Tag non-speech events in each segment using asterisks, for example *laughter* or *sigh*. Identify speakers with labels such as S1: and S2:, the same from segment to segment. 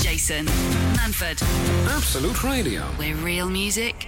S1: Jason Manford.
S2: Absolute Radio.
S1: Where real music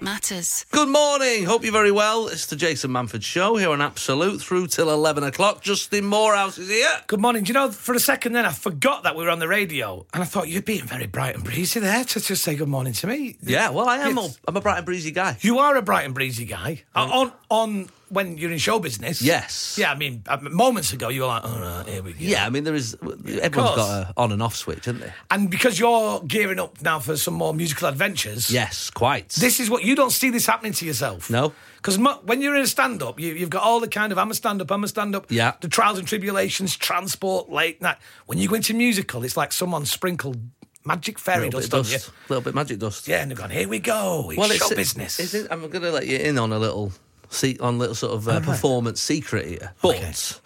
S1: matters.
S3: Good morning. Hope you're very well. It's the Jason Manford Show here on Absolute through till 11 o'clock. Justin Morehouse is here.
S4: Good morning. Do you know, for a second then, I forgot that we were on the radio. And I thought, you're being very bright and breezy there to just say good morning to me.
S3: Yeah, well, I am.
S4: It's-
S3: a- I'm a bright and breezy guy.
S4: You are a bright and breezy guy. Uh, On, on when you're in show business.
S3: Yes.
S4: Yeah, I mean, uh, moments ago, you were like, all right, here we go.
S3: Yeah, I mean, there is. Everyone's got a on and off switch, haven't they?
S4: And because you're gearing up now for some more musical adventures.
S3: Yes, quite.
S4: This is what you don't see this happening to yourself.
S3: No.
S4: Because mo- when you're in a stand up, you, you've got all the kind of I'm a stand up, I'm a stand up.
S3: Yeah.
S4: The trials and tribulations, transport, late night. When you go into musical, it's like someone sprinkled magic fairy
S3: little bit
S4: dust on
S3: dust.
S4: you.
S3: little bit magic dust.
S4: Yeah, and they've gone, here we go. It's show business.
S3: Is it, I'm going to let you in on a little, se- on a little sort of uh, performance secret here. But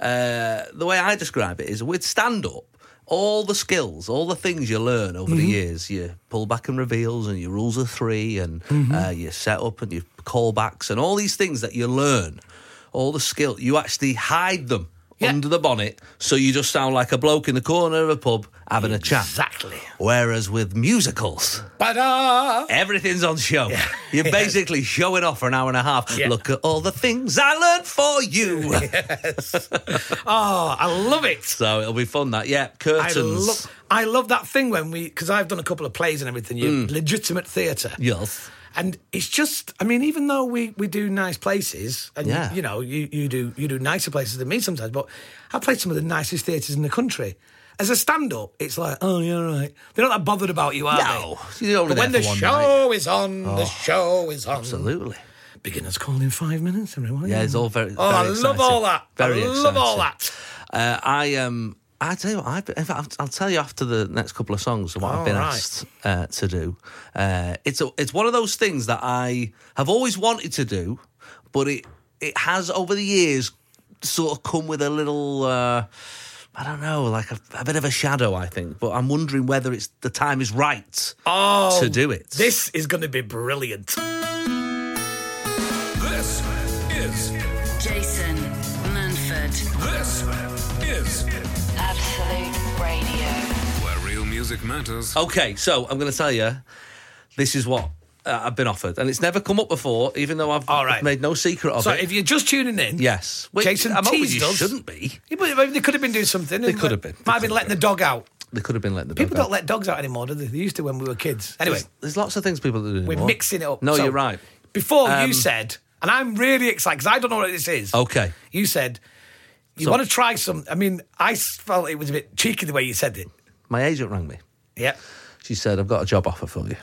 S3: uh, the way I describe it is with stand up, all the skills, all the things you learn over
S4: Mm-hmm.
S3: the years, your pull back and reveals, and your rules of three, and
S4: Mm-hmm.
S3: uh, your setup and your callbacks, and all these things that you learn, all the skill, you actually hide them.
S4: Yeah.
S3: Under the bonnet, so you just sound like a bloke in the corner of a pub having a chat.
S4: Exactly.
S3: Whereas with musicals,
S4: Ba-da!
S3: Everything's on show. *laughs* You're
S4: Yeah.
S3: basically showing off for an hour and a half.
S4: Yeah.
S3: Look at all the things I learned for
S4: *laughs*
S3: you.
S4: Oh, I love it.
S3: *laughs* So it'll be fun that. Yeah,
S4: I
S3: curtains.
S4: love, I love that thing when we, because I've done a couple of plays and everything, you
S3: Mm.
S4: legitimate theatre.
S3: yes.
S4: And it's just, I mean, even though we, we do nice places, and
S3: Yeah.
S4: you, you know, you, you do you do nicer places than me sometimes, but I played some of the nicest theatres in the country. As a stand up, it's like, oh, yeah, all right. They're not that bothered about you, are
S3: No.
S4: they?
S3: You're only
S4: But when
S3: there
S4: the
S3: for one Oh.
S4: show is on, the show is on.
S3: Absolutely.
S4: Beginners call in five minutes, everyone.
S3: Yeah, it's all very.
S4: Oh, I
S3: very
S4: love
S3: exciting.
S4: all that.
S3: Very
S4: I love all
S3: exciting. Uh,
S4: that.
S3: I um, I tell you what. I've been, in fact, I'll, I'll tell you after the next couple of songs what I've
S4: All
S3: been
S4: right.
S3: asked uh, to do. Uh, it's a, it's one of those things that I have always wanted to do, but it it has over the years sort of come with a little. Uh, I don't know, like a, a bit of a shadow, I think. But I'm wondering whether it's the time is right
S4: Oh,
S3: to do it.
S4: This is going to be brilliant.
S2: This is
S1: Jason Manford.
S2: this is
S1: Absolute Radio.
S2: where real music matters.
S3: Okay, so I'm going to tell you, this is what uh, I've been offered, and it's never come up before, even though I've
S4: All right.
S3: made no secret of
S4: So
S3: it.
S4: if you're just tuning in,
S3: yes, Which
S4: Jason
S3: I'm hoping
S4: teased
S3: you
S4: us.
S3: shouldn't be.
S4: Yeah, but they could have been doing something. They
S3: could have been.
S4: Might have been letting the dog out.
S3: They could have been letting the
S4: People
S3: dog
S4: don't let dogs out anymore, do they? They used to when we were kids. Anyway,
S3: There's, there's lots of things people do.
S4: we're
S3: anymore.
S4: mixing it up.
S3: No,
S4: So,
S3: you're right.
S4: Before
S3: Um,
S4: you said, and I'm really excited because I don't know what this is.
S3: Okay.
S4: You said, you
S3: So-
S4: want to try some. I mean, I s- felt it was a bit cheeky the way you said it.
S3: My agent rang me.
S4: Yeah.
S3: She said, "I've got a job offer for you.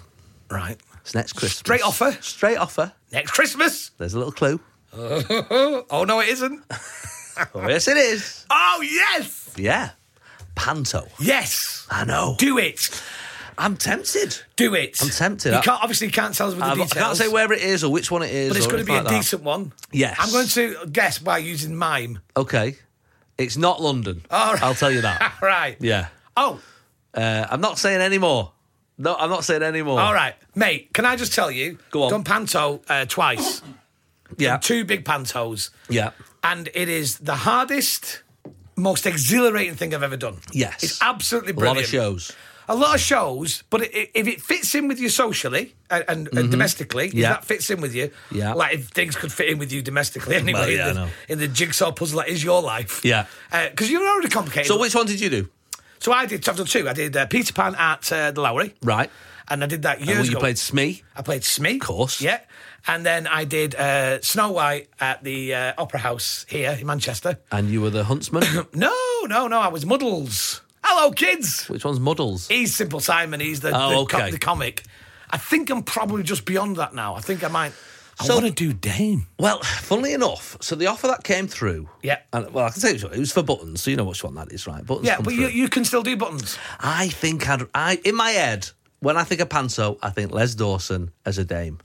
S4: Right.
S3: It's next Christmas.
S4: Straight offer?
S3: Straight offer.
S4: Next Christmas.
S3: There's a little clue.
S4: Oh, no,
S3: *laughs*
S4: it isn't.
S3: Oh, yes, it is.
S4: oh, yes.
S3: Yeah, panto.
S4: Yes.
S3: I know.
S4: Do it.
S3: I'm tempted.
S4: Do it.
S3: I'm tempted.
S4: You
S3: I-
S4: can't, obviously, you can't tell us with the
S3: I've- I
S4: details.
S3: can't say where it is or which one it is.
S4: But it's
S3: or
S4: going to be a
S3: anything like that.
S4: decent one.
S3: Yes.
S4: I'm going to guess by using mime.
S3: Okay. It's not London.
S4: All right.
S3: I'll tell you
S4: *laughs*
S3: that.
S4: Right.
S3: yeah.
S4: Oh,
S3: Uh, I'm not saying any more. No, I'm not saying any more.
S4: all right. Mate, can I just tell you?
S3: Go on.
S4: Done panto uh, twice.
S3: Yeah.
S4: Two big pantos.
S3: Yeah.
S4: And it is the hardest, most exhilarating thing I've ever done.
S3: Yes.
S4: It's absolutely
S3: A lot
S4: brilliant.
S3: of shows.
S4: A lot of shows, but i- i if it fits in with you socially and, and, and domestically,
S3: Mm-hmm. Yeah.
S4: if that fits in with you,
S3: Yeah.
S4: like if things could fit in with you domestically anyway,
S3: Well, yeah, I
S4: in, the,
S3: know.
S4: in the jigsaw puzzle that is your life.
S3: Yeah.
S4: Because you're already complicated.
S3: So which one did you do?
S4: So I did. I've done two. I did uh, Peter Pan at uh, the Lowry,
S3: Right. Uh,
S4: and I did that years
S3: Well, you
S4: ago.
S3: played Smee.
S4: I played Smee, of
S3: course.
S4: Yeah, and then I did uh, Snow White at the uh, Opera House here in Manchester.
S3: And you were the huntsman.
S4: *coughs* No, no, no. I was Muddles. Hello, kids.
S3: Which one's Muddles?
S4: He's Simple Simon. He's the
S3: Oh,
S4: the,
S3: okay.
S4: the comic. I think I'm probably just beyond that now. I think I might. I
S3: So-
S4: want to do Dame.
S3: Well, funnily enough, so the offer that came through.
S4: Yeah.
S3: And, well, I can tell you, it was for buttons, so you know which one that is, right? Buttons.
S4: Yeah,
S3: come
S4: but
S3: through.
S4: you, you can still do buttons.
S3: I think I'd, I, in my head, when I think of Panto, I think Les Dawson as a dame.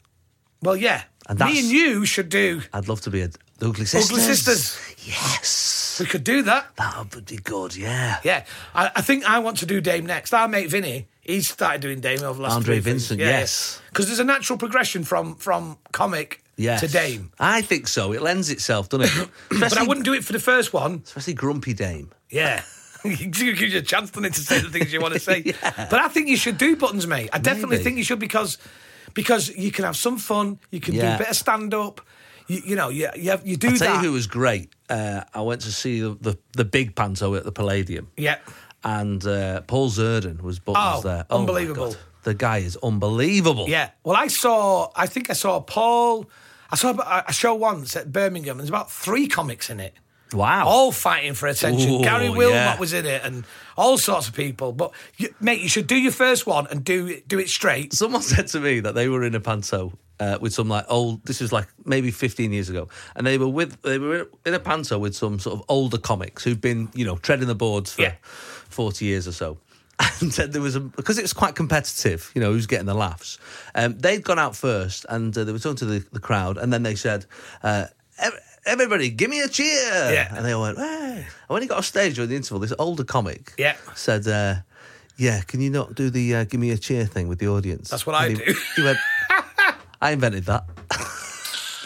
S4: Well, yeah.
S3: And
S4: Me
S3: that's-
S4: and you should do.
S3: I'd love to be a the Ugly Sisters.
S4: Sisters.
S3: Yes.
S4: We could do that.
S3: That would be good, yeah.
S4: Yeah, I, I think I want to do Dame next. Our mate Vinny, he started doing Dame over the last
S3: Andre
S4: three things.
S3: Vincent, yes.
S4: because there's a natural progression from from comic
S3: Yes.
S4: to Dame.
S3: I think
S4: *clears throat*
S3: so. It lends itself, doesn't it?
S4: But I
S3: especially,
S4: wouldn't do it for the first one.
S3: especially Grumpy Dame.
S4: Yeah, *laughs* it gives you a chance doesn't it, to say the things you want
S3: *laughs*
S4: to say. But I think you should do buttons, mate. I definitely
S3: Maybe.
S4: think you should because because you can have some fun. You can do
S3: Yeah.
S4: a bit of stand up. You, you know, you you, have, you do
S3: Tell
S4: that.
S3: you who was great. Uh, I went to see the, the, the big panto at the Palladium.
S4: yeah,
S3: And uh, Paul Zerdin was buttons
S4: Oh,
S3: there. my
S4: unbelievable.
S3: God. The guy is unbelievable.
S4: yeah. Well, I saw. I think I saw Paul. I saw a a show once at Birmingham. There's about three comics in it.
S3: Wow.
S4: all fighting for attention.
S3: Ooh,
S4: Gary Wilmot
S3: yeah.
S4: was in it, and all sorts of people. But you, mate, you should do your first one and do it- do it
S3: *laughs*
S4: straight.
S3: Someone said to me that they were in a panto uh, with some like old. This is like maybe 15 years ago, and they were with they were in a panto with some sort of older comics who've been you know treading the boards for
S4: Yeah.
S3: 40 years or so. *laughs* And then there was a because it was quite competitive, you know, who's getting the laughs. Um, they'd gone out first, and uh, they were talking to the, the crowd, and then they said. Uh, "Ev- Everybody, give me a cheer!
S4: Yeah.
S3: And they all went, "Hey!" And when he got off stage during the interval, this older comic
S4: Yeah.
S3: said, uh, "Yeah, can you not do the uh, give me a cheer thing with the audience?"
S4: That's what I
S3: And he-
S4: do.
S3: He went, "I invented that. *laughs*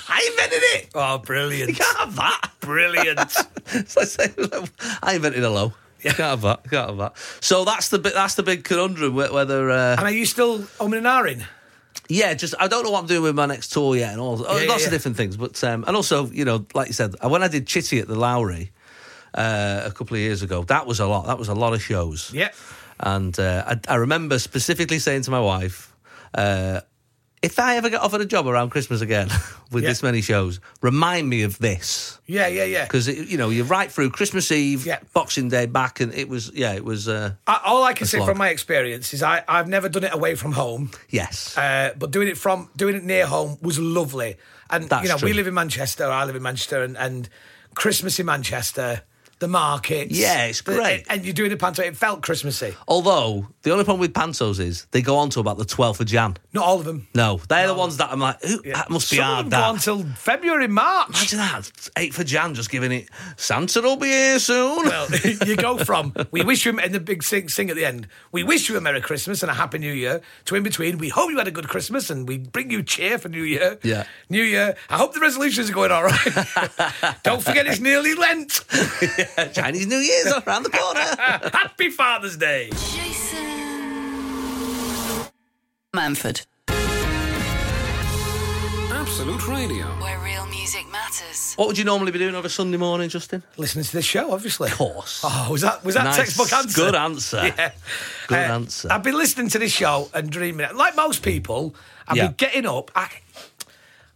S3: I invented it.
S4: Oh,
S3: You *laughs*
S4: brilliant!
S3: can't have that." *laughs*
S4: Brilliant.
S3: so I say, "I invented hello. You can't have that. You can't have that." So that's the bit. That's the big conundrum. wh- Whether uh,
S4: and are you still umming and ahhing?
S3: yeah, just I don't know what I'm doing with my next tour yet, and all oh,
S4: Yeah,
S3: lots
S4: yeah, yeah.
S3: of different things. But um, and also, you know, like you said, when I did Chitty at the Lowry uh, a couple of years ago, that was a lot. That was a lot of shows.
S4: Yeah.
S3: And uh, I, I remember specifically saying to my wife, uh, if I ever get offered a job around Christmas again *laughs* with
S4: Yeah.
S3: this many shows, remind me of this.
S4: Yeah, yeah, yeah.
S3: Because, you know, you're right through Christmas Eve,
S4: Yeah.
S3: Boxing Day back, and it was, yeah, it was, uh,
S4: I, all I can say
S3: slog.
S4: from my experience is I, I've never done it away from home,
S3: yes.
S4: uh, but doing it from doing it near home was lovely. And
S3: That's
S4: you know, we
S3: true.
S4: live in Manchester. I live in Manchester, and, and Christmas in Manchester, the markets.
S3: Yeah, it's
S4: the-
S3: great.
S4: and you're doing the pantomime. It felt Christmassy.
S3: Although, the only problem with Pantos is they go on to about the 12th of Jan.
S4: Not all of them.
S3: No, they're the ones that I'm like, Ooh, that must be
S4: Some
S3: hard,
S4: have
S3: that.
S4: gone till February, March.
S3: Imagine that. 8th of Jan just giving it, Santa will be here soon.
S4: Well, *laughs* you go from we wish you and the big sing, sing at the end. We wish you a Merry Christmas and a Happy New Year. To in between, we hope you had a good Christmas and we bring you cheer for New Year.
S3: Yeah.
S4: New Year. I hope the resolutions are going all right. *laughs* Don't forget it's nearly Lent.
S3: *laughs* Chinese New
S4: *laughs*
S3: Year's around the corner.
S4: Happy Father's Day.
S1: Jason Manford,
S2: Absolute Radio.
S1: where real music matters.
S3: What would you normally be doing on a Sunday morning, Justin?
S4: Listening to this show, obviously. Of
S3: course.
S4: Oh, was that was that
S3: Nice.
S4: textbook answer?
S3: Good answer.
S4: *laughs* Yeah. Uh,
S3: Good answer.
S4: I've been listening to this show and dreaming. Like most people, I've
S3: Yeah.
S4: been getting up. I,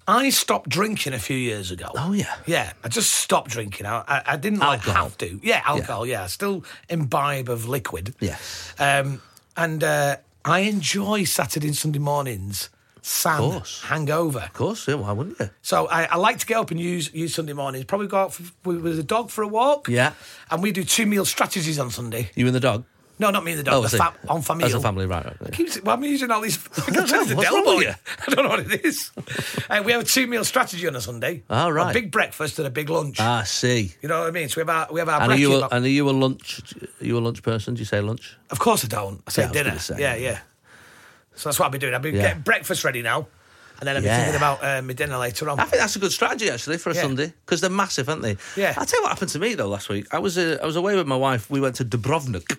S4: I stopped drinking a few years ago.
S3: Oh, yeah.
S4: Yeah, I just stopped drinking. I, I, I didn't like
S3: Alcohol.
S4: have to. Yeah, alcohol. Yeah, I still imbibe of liquid.
S3: Yes.
S4: Um, and uh, I enjoy Saturday and Sunday mornings. Sam,
S3: course.
S4: hangover.
S3: Of course, yeah, why wouldn't you?
S4: So I, I like to get up and use use Sunday mornings. Probably go out for, with, with the dog for a walk.
S3: Yeah.
S4: and we do two meal strategies on Sunday.
S3: You and the dog?
S4: No, not me and the dog.
S3: Oh,
S4: the
S3: I see.
S4: fa- on family.
S3: As a family, right, right, yeah.
S4: Keeps, well, I'm using all these. *laughs* I
S3: don't know,
S4: the
S3: what's
S4: Del
S3: wrong
S4: Boy.
S3: with you?
S4: *laughs* I don't know what it is. uh, we have a two meal strategy on a Sunday.
S3: Ah, right.
S4: A big breakfast and a big lunch.
S3: Ah, I see.
S4: you know what I mean? So we have our we have our
S3: And are
S4: brekkie
S3: you a,
S4: box-
S3: and are you a lunch? Are you a lunch person? Do you say lunch?
S4: Of course I don't. I say
S3: Yeah, I was
S4: dinner.
S3: gonna say.
S4: yeah, yeah. So that's what I'll be doing. I'll be
S3: Yeah.
S4: getting breakfast ready now, and then I'll be
S3: Yeah.
S4: thinking about uh, my dinner later on.
S3: I think that's a good strategy actually for a
S4: Yeah.
S3: Sunday because they're massive, aren't they?
S4: Yeah.
S3: I tell you what happened to me though last week. I was uh, I was away with my wife. We went to Dubrovnik.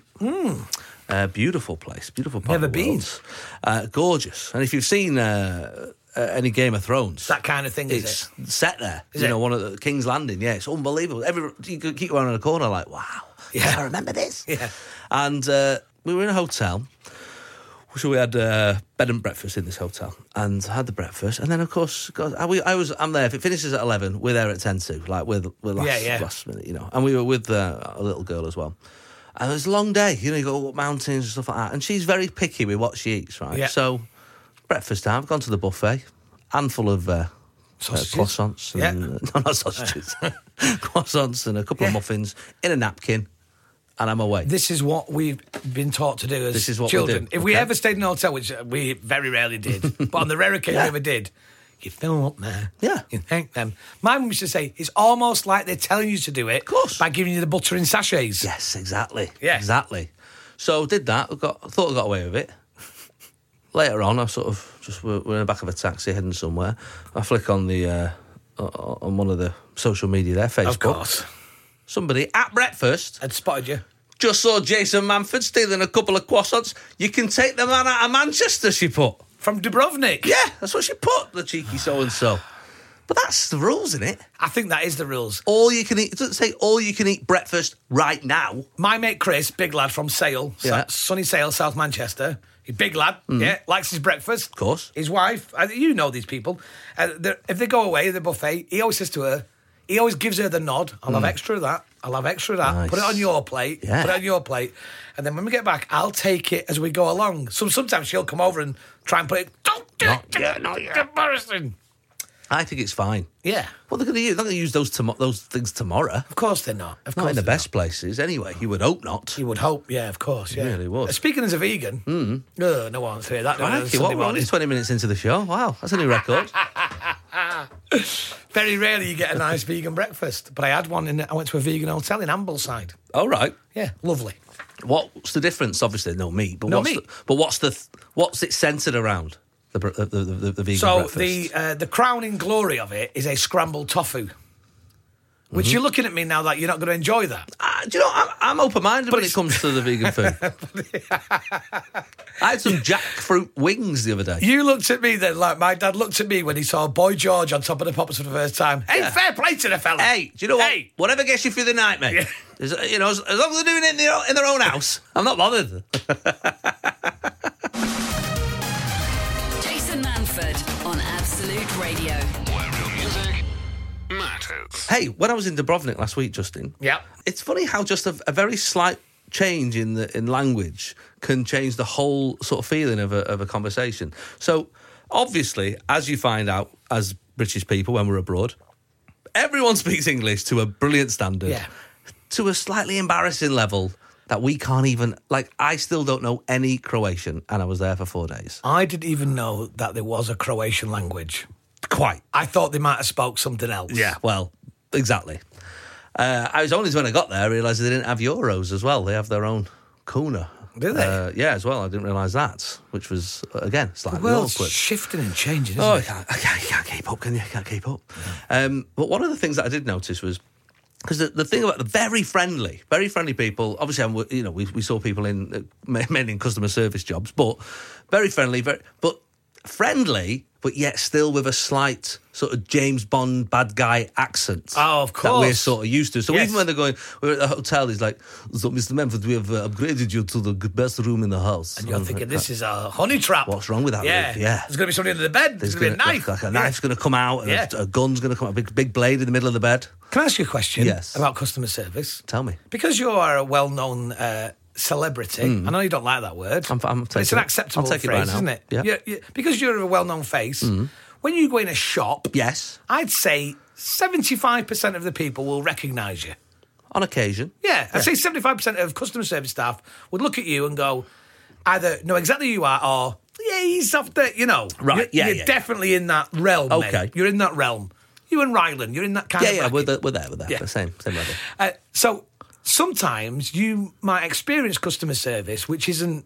S3: Uh, beautiful place, beautiful part. of
S4: Never
S3: the
S4: been.
S3: world. Uh, gorgeous, and if you've seen uh, uh, any Game of Thrones,
S4: that kind of thing, is it?
S3: it's set there.
S4: Is
S3: you
S4: it?
S3: know, one of the King's Landing. Yeah, it's unbelievable. Every you could keep around in a corner like, wow,
S4: Yeah.
S3: I remember this.
S4: *laughs* Yeah.
S3: and uh, we were in a hotel. So we had uh, bed and breakfast in this hotel, and had the breakfast, and then of course, God, I, we, I was I'm there. If it finishes at eleven, we're there at ten to, like we're, we're last,
S4: Yeah, yeah.
S3: last minute, you know. And we were with uh, a little girl as well. And it was a long day, you know. You go up mountains and stuff like that, and she's very picky with what she eats, right?
S4: Yeah.
S3: So breakfast time, gone to the buffet, handful of uh,
S4: Sausages.
S3: uh, *laughs* croissants.
S4: Yeah.
S3: And, no, not
S4: *laughs*
S3: sausages. *laughs* croissants and a couple of
S4: Yeah.
S3: muffins in a napkin, and I'm away.
S4: This is what we've been taught to do as
S3: This is what we
S4: children.
S3: do,
S4: If we
S3: okay.
S4: ever stayed in a hotel, which uh, we very rarely
S3: *laughs*
S4: did, but on the rare occasion we
S3: Yeah.
S4: ever did, you fill up there.
S3: Yeah.
S4: You thank them. My mum used to say, it's almost like they're telling you to do it
S3: course.
S4: by giving you the butter in sachets.
S3: yes, exactly.
S4: Yeah.
S3: Exactly. So did that. I got, I thought I got away with it. Later on, I sort of just we're, we're in the back of a taxi heading somewhere. I flick on the uh, o- o- on one of the social media there, Facebook.
S4: Of course.
S3: Somebody at breakfast
S4: I'd spotted you.
S3: Just saw Jason Manford stealing a couple of croissants. You can take the man out of Manchester, she put.
S4: From Dubrovnik.
S3: Yeah, that's what she put, the cheeky so and so. But that's the rules, isn't it?
S4: I think that is the rules.
S3: All you can eat, it doesn't say all you can eat breakfast right now.
S4: My mate Chris, big lad from Sale, Sa-
S3: Yeah. Hmm.
S4: sunny Sale, South Manchester. He's big lad, yeah, likes his breakfast. Of
S3: course.
S4: His wife, uh, you know these people. Uh, they're- if they go away to the buffet, he always says to her, he always gives her the nod, I'll have extra of that, I'll have extra of that, put it
S3: Hmm. Nice.
S4: on your plate,
S3: Yeah.
S4: put it on your plate. And then when we get back, I'll take it as we go along. So sometimes she'll come over and try and put it, don't do
S3: Not
S4: it, do it, it's embarrassing.
S3: I think it's fine.
S4: Yeah,
S3: Well, they're going to use, they're going to use those tomo- those things tomorrow.
S4: of course they're not. Of
S3: Not
S4: course
S3: in the
S4: they're
S3: best places, anyway. You would hope not.
S4: You would hope, yeah, of course, yeah. Uh,
S3: really would.
S4: Speaking as a vegan, mm. no, no one wants to hear that. no,
S3: Crikey,
S4: no,
S3: what,
S4: Sunday
S3: we're only
S4: morning.
S3: 20 minutes into the show. Wow, that's a new
S4: *laughs*
S3: record.
S4: Very rarely you get a nice *laughs* vegan breakfast, but I had one. In I went to a vegan hotel in Ambleside.
S3: All right.
S4: Yeah, lovely.
S3: What's the difference? Obviously, no meat. But
S4: No
S3: what's
S4: meat.
S3: The, but what's the th- what's it centered around? The br- uh, the, the, the, the vegan
S4: So
S3: breakfast.
S4: the uh, the crowning glory of it is a scrambled tofu, which
S3: Mm-hmm.
S4: you're looking at me now like you're not going to enjoy that.
S3: Ah, do you know? I'm, I'm open minded when it
S4: it's-
S3: comes to the vegan
S4: *laughs*
S3: food. I had some jackfruit wings the other day.
S4: You looked at me then like my dad looked at me when he saw Boy George on top of the poppers for the first time. Hey,
S3: Yeah.
S4: fair play to the fella.
S3: Hey, do you know what?
S4: Hey.
S3: Whatever gets you through the night, mate. Is- You know, as, as long as they're doing it in their, own- in their own house, I'm not bothered.
S1: Jason Manford on Absolute Radio.
S2: Where real music matters.
S3: Hey, when I was in Dubrovnik last week, Justin.
S4: Yeah.
S3: It's funny how just a, a very slight change in the in language can change the whole sort of feeling of a, of a conversation. So, obviously, as you find out as British people when we're abroad, everyone speaks English to a brilliant standard,
S4: Yeah.
S3: to a slightly embarrassing level that we can't even like. I still don't know any Croatian, and I was there for four days.
S4: I didn't even know that there was a Croatian language.
S3: Quite.
S4: I thought they might have spoke something else.
S3: Yeah, well, exactly. Uh, I was only when I got there, I realised they didn't have euros as well. They have their own kuna.
S4: Do they?
S3: Uh, yeah, as well. I didn't realise that, which was uh, again slightly
S4: World's
S3: awkward.
S4: shifting and changing. Isn't
S3: Oh,
S4: it?
S3: I can't, I, can't, I can't keep up, can you? I can't keep up. Um, but one of the things that I did notice was because the, the thing about the very friendly, very friendly people. Obviously, I'm, you know, we, we saw people in uh, *laughs* ma- mainly in customer service jobs, but very friendly, very but friendly, but yet still with a slight sort of James Bond bad guy accent.
S4: Oh, of
S3: that we're
S4: course.
S3: sort of used to. So
S4: Yes.
S3: even when they're going, we're at the hotel. He's like, "So, Mr. Memphis, we have uh, upgraded you to the g- best room in the house."
S4: And you're thinking this is a honey trap.
S3: What's wrong with that,
S4: Yeah,
S3: Luke? Yeah.
S4: There's going to be something under the bed. There's,
S3: There's
S4: going to be
S3: gonna-
S4: a knife.
S3: Like, like a
S4: Yeah.
S3: knife's going to come out, and a-
S4: Yeah.
S3: a, gun's going to come out, a big, big blade in the middle of the bed.
S4: Can I ask you a question?
S3: Yes.
S4: About customer service.
S3: Tell me.
S4: Because you are a well-known uh, celebrity, I know you don't like that word.
S3: Mm. I'm- I'm
S4: but it's
S3: taking
S4: an
S3: it.
S4: acceptable
S3: I'll take it
S4: phrase,
S3: right now.
S4: isn't it?
S3: Yeah. Mm.
S4: You- you- because you're a well-known face, when you go in a shop,
S3: Yes,
S4: I'd say 75% of the people will recognise you.
S3: on occasion.
S4: Yeah, I'd say 75% of customer service staff would look at you and go, either know exactly who you are or, yeah, he's off the, you know.
S3: Right,
S4: You're,
S3: yeah,
S4: You're
S3: yeah.
S4: definitely in that realm. mate.
S3: Okay.
S4: You're in that realm. You and Ryland, you're in that kind
S3: Yeah,
S4: of
S3: yeah,
S4: bracket.
S3: we're, the, we're there, we're there.
S4: Yeah.
S3: The same, same level.
S4: Uh, so sometimes you might experience customer service which isn't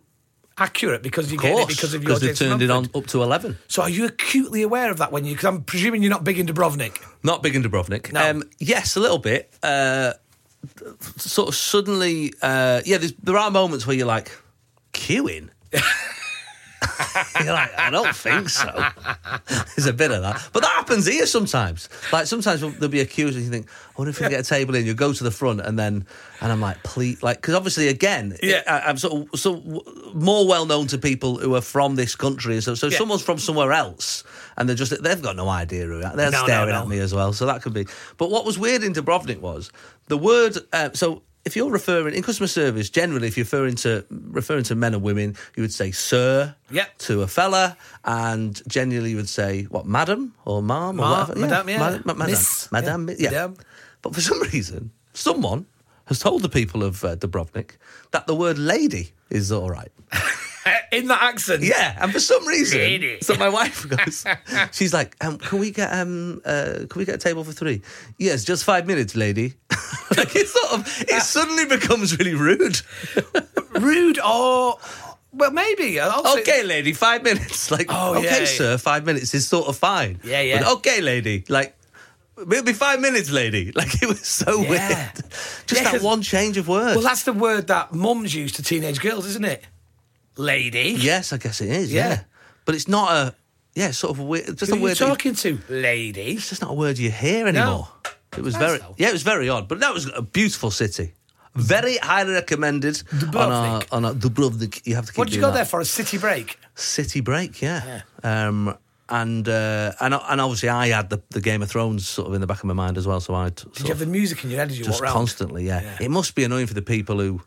S4: accurate because you
S3: Of
S4: get it
S3: course,
S4: because of your
S3: because they've
S4: Jason
S3: turned it on
S4: Mumford.
S3: up to 11.
S4: So are you acutely aware of that when you? Because I'm presuming you're not big in Dubrovnik.
S3: Not big in Dubrovnik. Um,
S4: No.
S3: yes, a little bit. Uh, sort of suddenly, uh, yeah, there's, there are moments where you're like, queuing? *laughs* you're like, I don't think so. *laughs* there's a bit of that. But that happens here sometimes. Like sometimes there'll be a queue and you think, I wonder if we can get a table in. You go to the front and then, and I'm like, please, like, because obviously, again,
S4: Yeah.
S3: I, I'm sort of so w- more well known to people who are from this country. So, so
S4: Yeah.
S3: someone's from somewhere else and they're just, they've got no idea who, they're
S4: No, no,
S3: staring
S4: no.
S3: at me as well. So that could be. But what was weird in Dubrovnik was the word. Uh, so if you're referring in customer service, generally, if you're referring to referring to men and women, you would say sir
S4: Yep.
S3: to a fella, and generally you would say what madam or ma'am
S4: Ma-
S3: or whatever.
S4: madame, yeah.
S3: Madam, madam,
S4: Miss,
S3: madam,
S4: yeah.
S3: yeah.
S4: Madame.
S3: But for some *laughs* reason, someone has told the people of uh, Dubrovnik that the word lady is all right.
S4: Uh, in that accent,
S3: Yeah, and for some reason,
S4: Really?
S3: so my wife goes, she's like, um, "Can we get um, uh, can we get a table for three? Yes, just five minutes, lady. *laughs* like it's sort of, it suddenly becomes really rude.
S4: Ah. *laughs* rude or well, maybe. I'll
S3: *laughs*
S4: say-
S3: okay, lady, five minutes. Like,
S4: Oh,
S3: okay,
S4: yeah.
S3: sir, five minutes is sort of fine.
S4: Yeah, yeah.
S3: But okay, lady, like. It'll be five minutes, lady. *laughs* Like it was so
S4: Yeah.
S3: weird. Just
S4: Yeah,
S3: that
S4: 'cause-
S3: one change of words.
S4: Well, that's the word that mums use to teenage girls, isn't it? Lady.
S3: yes, I guess it is. Yeah.
S4: Yeah.
S3: but it's not a. Yeah, it's sort of a weird. Just
S4: Who
S3: a
S4: are you
S3: weird. that you-
S4: talking to? Lady.
S3: it's just not a word you hear anymore. It was very.
S4: though.
S3: Yeah, it was very odd. But that was a beautiful city. Very highly recommended. On our,
S4: Dubrovnik.
S3: on our Dubrovnik, you have to keep.
S4: What did you
S3: doing that.
S4: go there for? A city break?
S3: City break, yeah. Um, and uh, and and obviously, I had the, the Game of Thrones sort of in the back of my mind as well. So I
S4: Did you have the music in your head as you
S3: just
S4: walk around?
S3: constantly, yeah.
S4: Yeah.
S3: It must be annoying for the people who.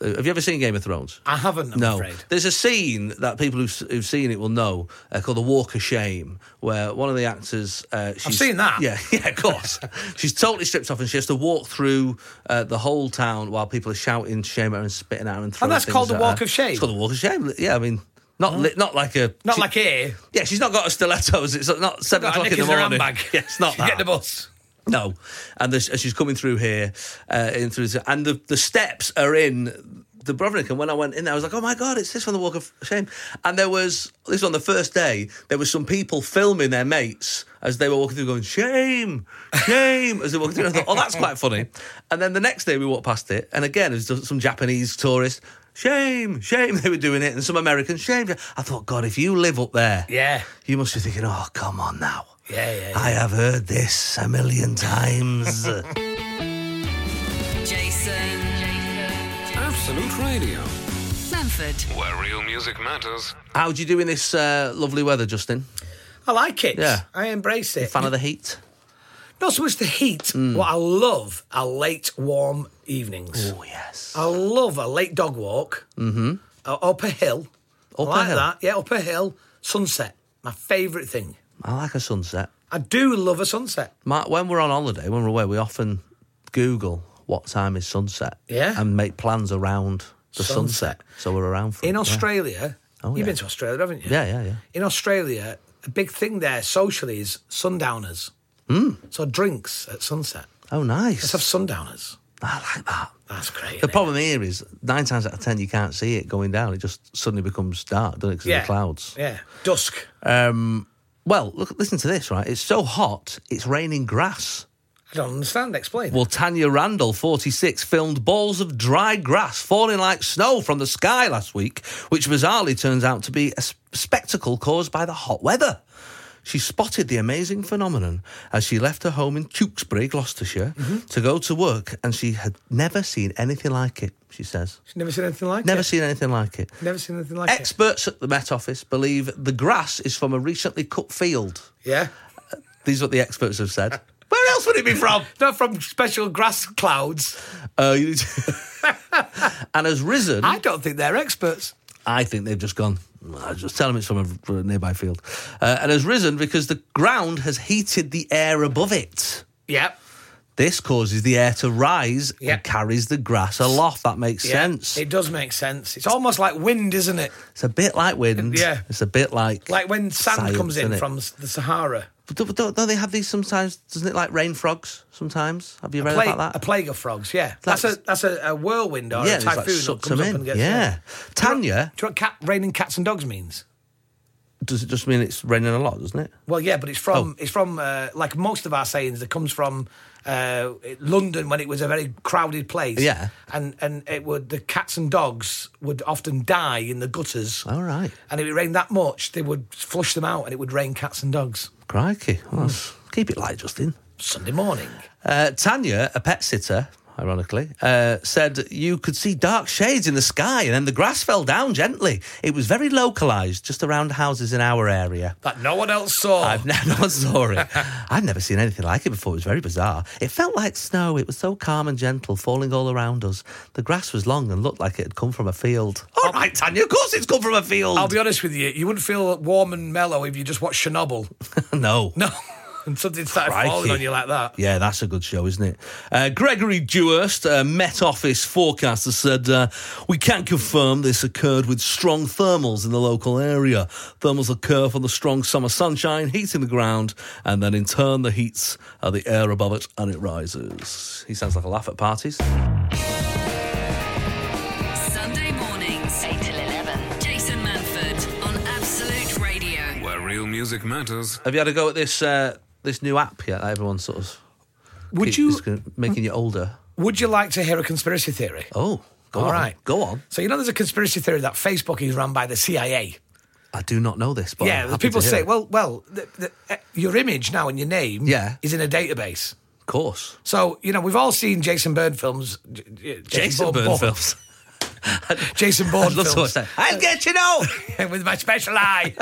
S3: Uh, have you ever seen Game of Thrones?
S4: I haven't, I'm
S3: no.
S4: afraid.
S3: There's a scene that people who've, who've seen it will know uh, called the Walk of Shame, where one of the actors. Uh, she's,
S4: seen that.
S3: Yeah, *laughs* yeah, of
S4: *laughs*
S3: course. she's totally stripped off and she has to walk through uh, the whole town while people are shouting shame at her and spitting at her and throwing
S4: that's
S3: things
S4: called the
S3: at her.
S4: Walk of Shame?
S3: It's called the Walk of Shame. Yeah, I mean, not li- not like a
S4: Not
S3: she-
S4: like here.
S3: yeah, she's not got her stilettos. It's not seven
S4: Got a
S3: o'clock in
S4: knickers
S3: the
S4: in her
S3: morning.
S4: handbag.
S3: *laughs* Yeah, it's not
S4: *laughs* You
S3: that.
S4: Get the bus.
S3: No, and there's- she's coming through here, uh, in through, the- and the the steps are in Dubrovnik. And when I went in there, I was like, "Oh my god, it's this on the Walk of Shame!" And there was this was on the first day. There was some people filming their mates as they were walking through, going "Shame, shame" as they walked through. And I thought, "Oh, that's quite funny." And then the next day we walked past it, and again, there's some Japanese tourists. Shame, shame *laughs* they were doing it, and some Americans, shame. shame." I thought, God, if you live up there,
S4: Yeah.
S3: you must be thinking, oh, come on now.
S4: Yeah, yeah,
S3: I have heard this a million times.
S1: Jason.
S2: Absolute Radio,
S1: Manford.
S2: where real music matters.
S3: *laughs* How do you do in this uh, lovely weather, Justin?
S4: I like it.
S3: Yeah.
S4: I embrace it.
S3: Fan of the heat?
S4: Not so much the heat.
S3: Mm.
S4: What I love are late, warm evenings.
S3: Oh, yes.
S4: I love a late dog walk. Mm-hmm. up a hill.
S3: Up a
S4: I like
S3: hill?
S4: that. Yeah, up a hill. Sunset. My favourite thing.
S3: I like a sunset.
S4: I do love a sunset.
S3: Mark, when we're on holiday, when we're away, we often Google what time is sunset.
S4: Yeah.
S3: And make plans around the sunset.
S4: Sunset.
S3: So we're around for it,
S4: In
S3: yeah.
S4: Australia,
S3: Oh,
S4: you've
S3: yeah.
S4: been to Australia, haven't you?
S3: Yeah, yeah, yeah.
S4: In Australia, a big thing there socially is sundowners.
S3: Hmm.
S4: Mm. So drinks at sunset.
S3: Oh,
S4: Let's
S3: nice.
S4: have sundowners.
S3: I like that.
S4: That's great.
S3: The
S4: innit?
S3: problem here is nine times out of ten you can't see it going down. It just suddenly becomes dark, doesn't it? Because of the clouds.
S4: Yeah. Dusk.
S3: Um, well, look, listen to this, right? It's so hot, it's raining grass.
S4: I don't understand. Explain.
S3: Well, Tanya Randall, 46, filmed balls of dry grass falling like snow from the sky last week, which bizarrely turns out to be a s- spectacle caused by the hot weather. She spotted the amazing phenomenon as she left her home in Tewkesbury, Gloucestershire, to go to work, and she had never seen anything like it, she says.
S4: She's never seen anything like
S3: Never
S4: it.
S3: seen anything like it.
S4: Never seen anything like it.
S3: Experts at the Met Office believe the grass is from a recently cut field.
S4: Yeah.
S3: These are what the experts have said. Where else would it be from?
S4: Not from special grass clouds.
S3: Uh, *laughs* you- and has risen.
S4: I
S3: I,
S4: don't think they're experts.
S3: think they've just gone. I just tell them it's from a, from a nearby field, uh, and has risen because the ground has heated the air above it.
S4: Yep.
S3: This causes the air to rise
S4: Yeah.
S3: and carries the grass aloft. That makes
S4: Yeah.
S3: sense.
S4: It does make sense. It's almost like wind, isn't it?
S3: it's a bit like wind.
S4: Yeah.
S3: It's a bit like
S4: Like when sand
S3: science,
S4: comes in
S3: innit?
S4: from s- the Sahara.
S3: But Don't, don't, don't they have these sometimes? Doesn't it like rain frogs sometimes? Have you read
S4: Plague,
S3: about
S4: a
S3: that?
S4: plague of frogs, yeah. That's,
S3: That's-
S4: a that's a, a whirlwind or
S3: yeah,
S4: a
S3: it's like
S4: typhoon that
S3: sucks
S4: comes
S3: them
S4: up
S3: in.
S4: and gets
S3: yeah.
S4: Do
S3: Tanya,
S4: you know what cat, raining cats and dogs means?
S3: does it just mean it's raining a lot, doesn't it?
S4: Well, yeah, but it's from
S3: Oh.
S4: it's from uh, like most of our sayings that comes from uh, London when it was a very crowded place.
S3: Yeah.
S4: and and it would the cats and dogs would often die in the gutters.
S3: All right.
S4: And if it rained that much, they would flush them out, and it would rain cats and dogs.
S3: Crikey. Well,
S4: Hmm.
S3: Keep it light, Justin.
S4: Sunday morning.
S3: Uh, Tanya, a pet sitter, ironically, uh, said you could see dark shades in the sky and then the grass fell down gently. It was very localised, just around houses in our area.
S4: That no one else saw.
S3: I've *laughs* never saw it. I've never seen anything like it before. It was very bizarre. It felt like snow. It was so calm and gentle, falling all around us. The grass was long and looked like it had come from a field. All right, Tanya, of course it's come from a field.
S4: I'll be honest with you. You wouldn't feel warm and mellow if you just watched Chernobyl.
S3: *laughs* no.
S4: *laughs* No, and something started falling
S3: Crikey.
S4: on you like that.
S3: Yeah, that's a good show, isn't it? Uh, Gregory Dewhurst, uh, Met Office forecaster, said uh, we can confirm this occurred with strong thermals in the local area. Thermals occur from the strong summer sunshine heating the ground, and then in turn the heats uh, the air above it and it rises. He sounds like a laugh at parties.
S1: Sunday mornings. 8 till 11. Jason Manford on Absolute Radio.
S2: Where real music matters.
S3: Have you had a go at this uh, this new app yet that everyone's sort of
S4: Would
S3: keep-
S4: you-
S3: is gonna- making you older?
S4: Would you like to hear a conspiracy theory?
S3: Oh, go
S4: All
S3: on.
S4: right.
S3: Go on.
S4: So you know, there's a conspiracy theory that Facebook is run by the CIA.
S3: I do not know this, but I'm
S4: yeah,
S3: happy
S4: people
S3: to hear
S4: say,
S3: it.
S4: well, well, the, the, uh, your image now and your name,
S3: Yeah.
S4: is in a database.
S3: of course,
S4: So you know, we've all seen Jason Byrne films. J- J-
S3: Jason
S4: Bourne-
S3: Bourne
S4: Bourne-
S3: films. *laughs*
S4: Jason Bourne
S3: I'd love to watch
S4: films.
S3: that. I'll get you now.
S4: *laughs* with my special
S3: *laughs*
S4: eye.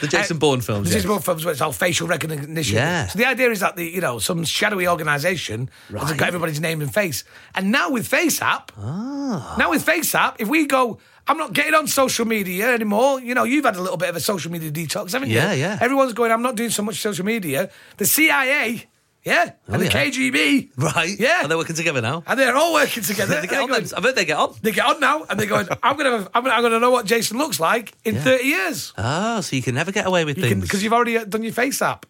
S3: the Jason
S4: Uh,
S3: Bourne films.
S4: The
S3: yeah.
S4: Jason Bourne films where it's all facial recognition.
S3: Yeah.
S4: So the idea is that the you know some shadowy organisation has
S3: Right.
S4: got everybody's name and face. And now with Face App,
S3: Ah.
S4: now with Face App, if we go. I'm not getting on social media anymore. You know, you've had a little bit of a social media detox, haven't you?
S3: Yeah, yeah.
S4: Everyone's going, I'm not doing so much social media. The CIA, yeah, and the
S3: Oh, yeah.
S4: KGB,
S3: Right.
S4: Yeah.
S3: And they're working together now.
S4: and they're all working
S3: *laughs*
S4: together.
S3: They
S4: and
S3: get
S4: they're
S3: on
S4: going-
S3: them. I bet they get on.
S4: they get on now and they're going, I'm going to I'm gonna, I'm gonna know what Jason looks like in
S3: Yeah.
S4: 30 years.
S3: Ah, so you can never get away with things.
S4: Because you've already uh, done your face app.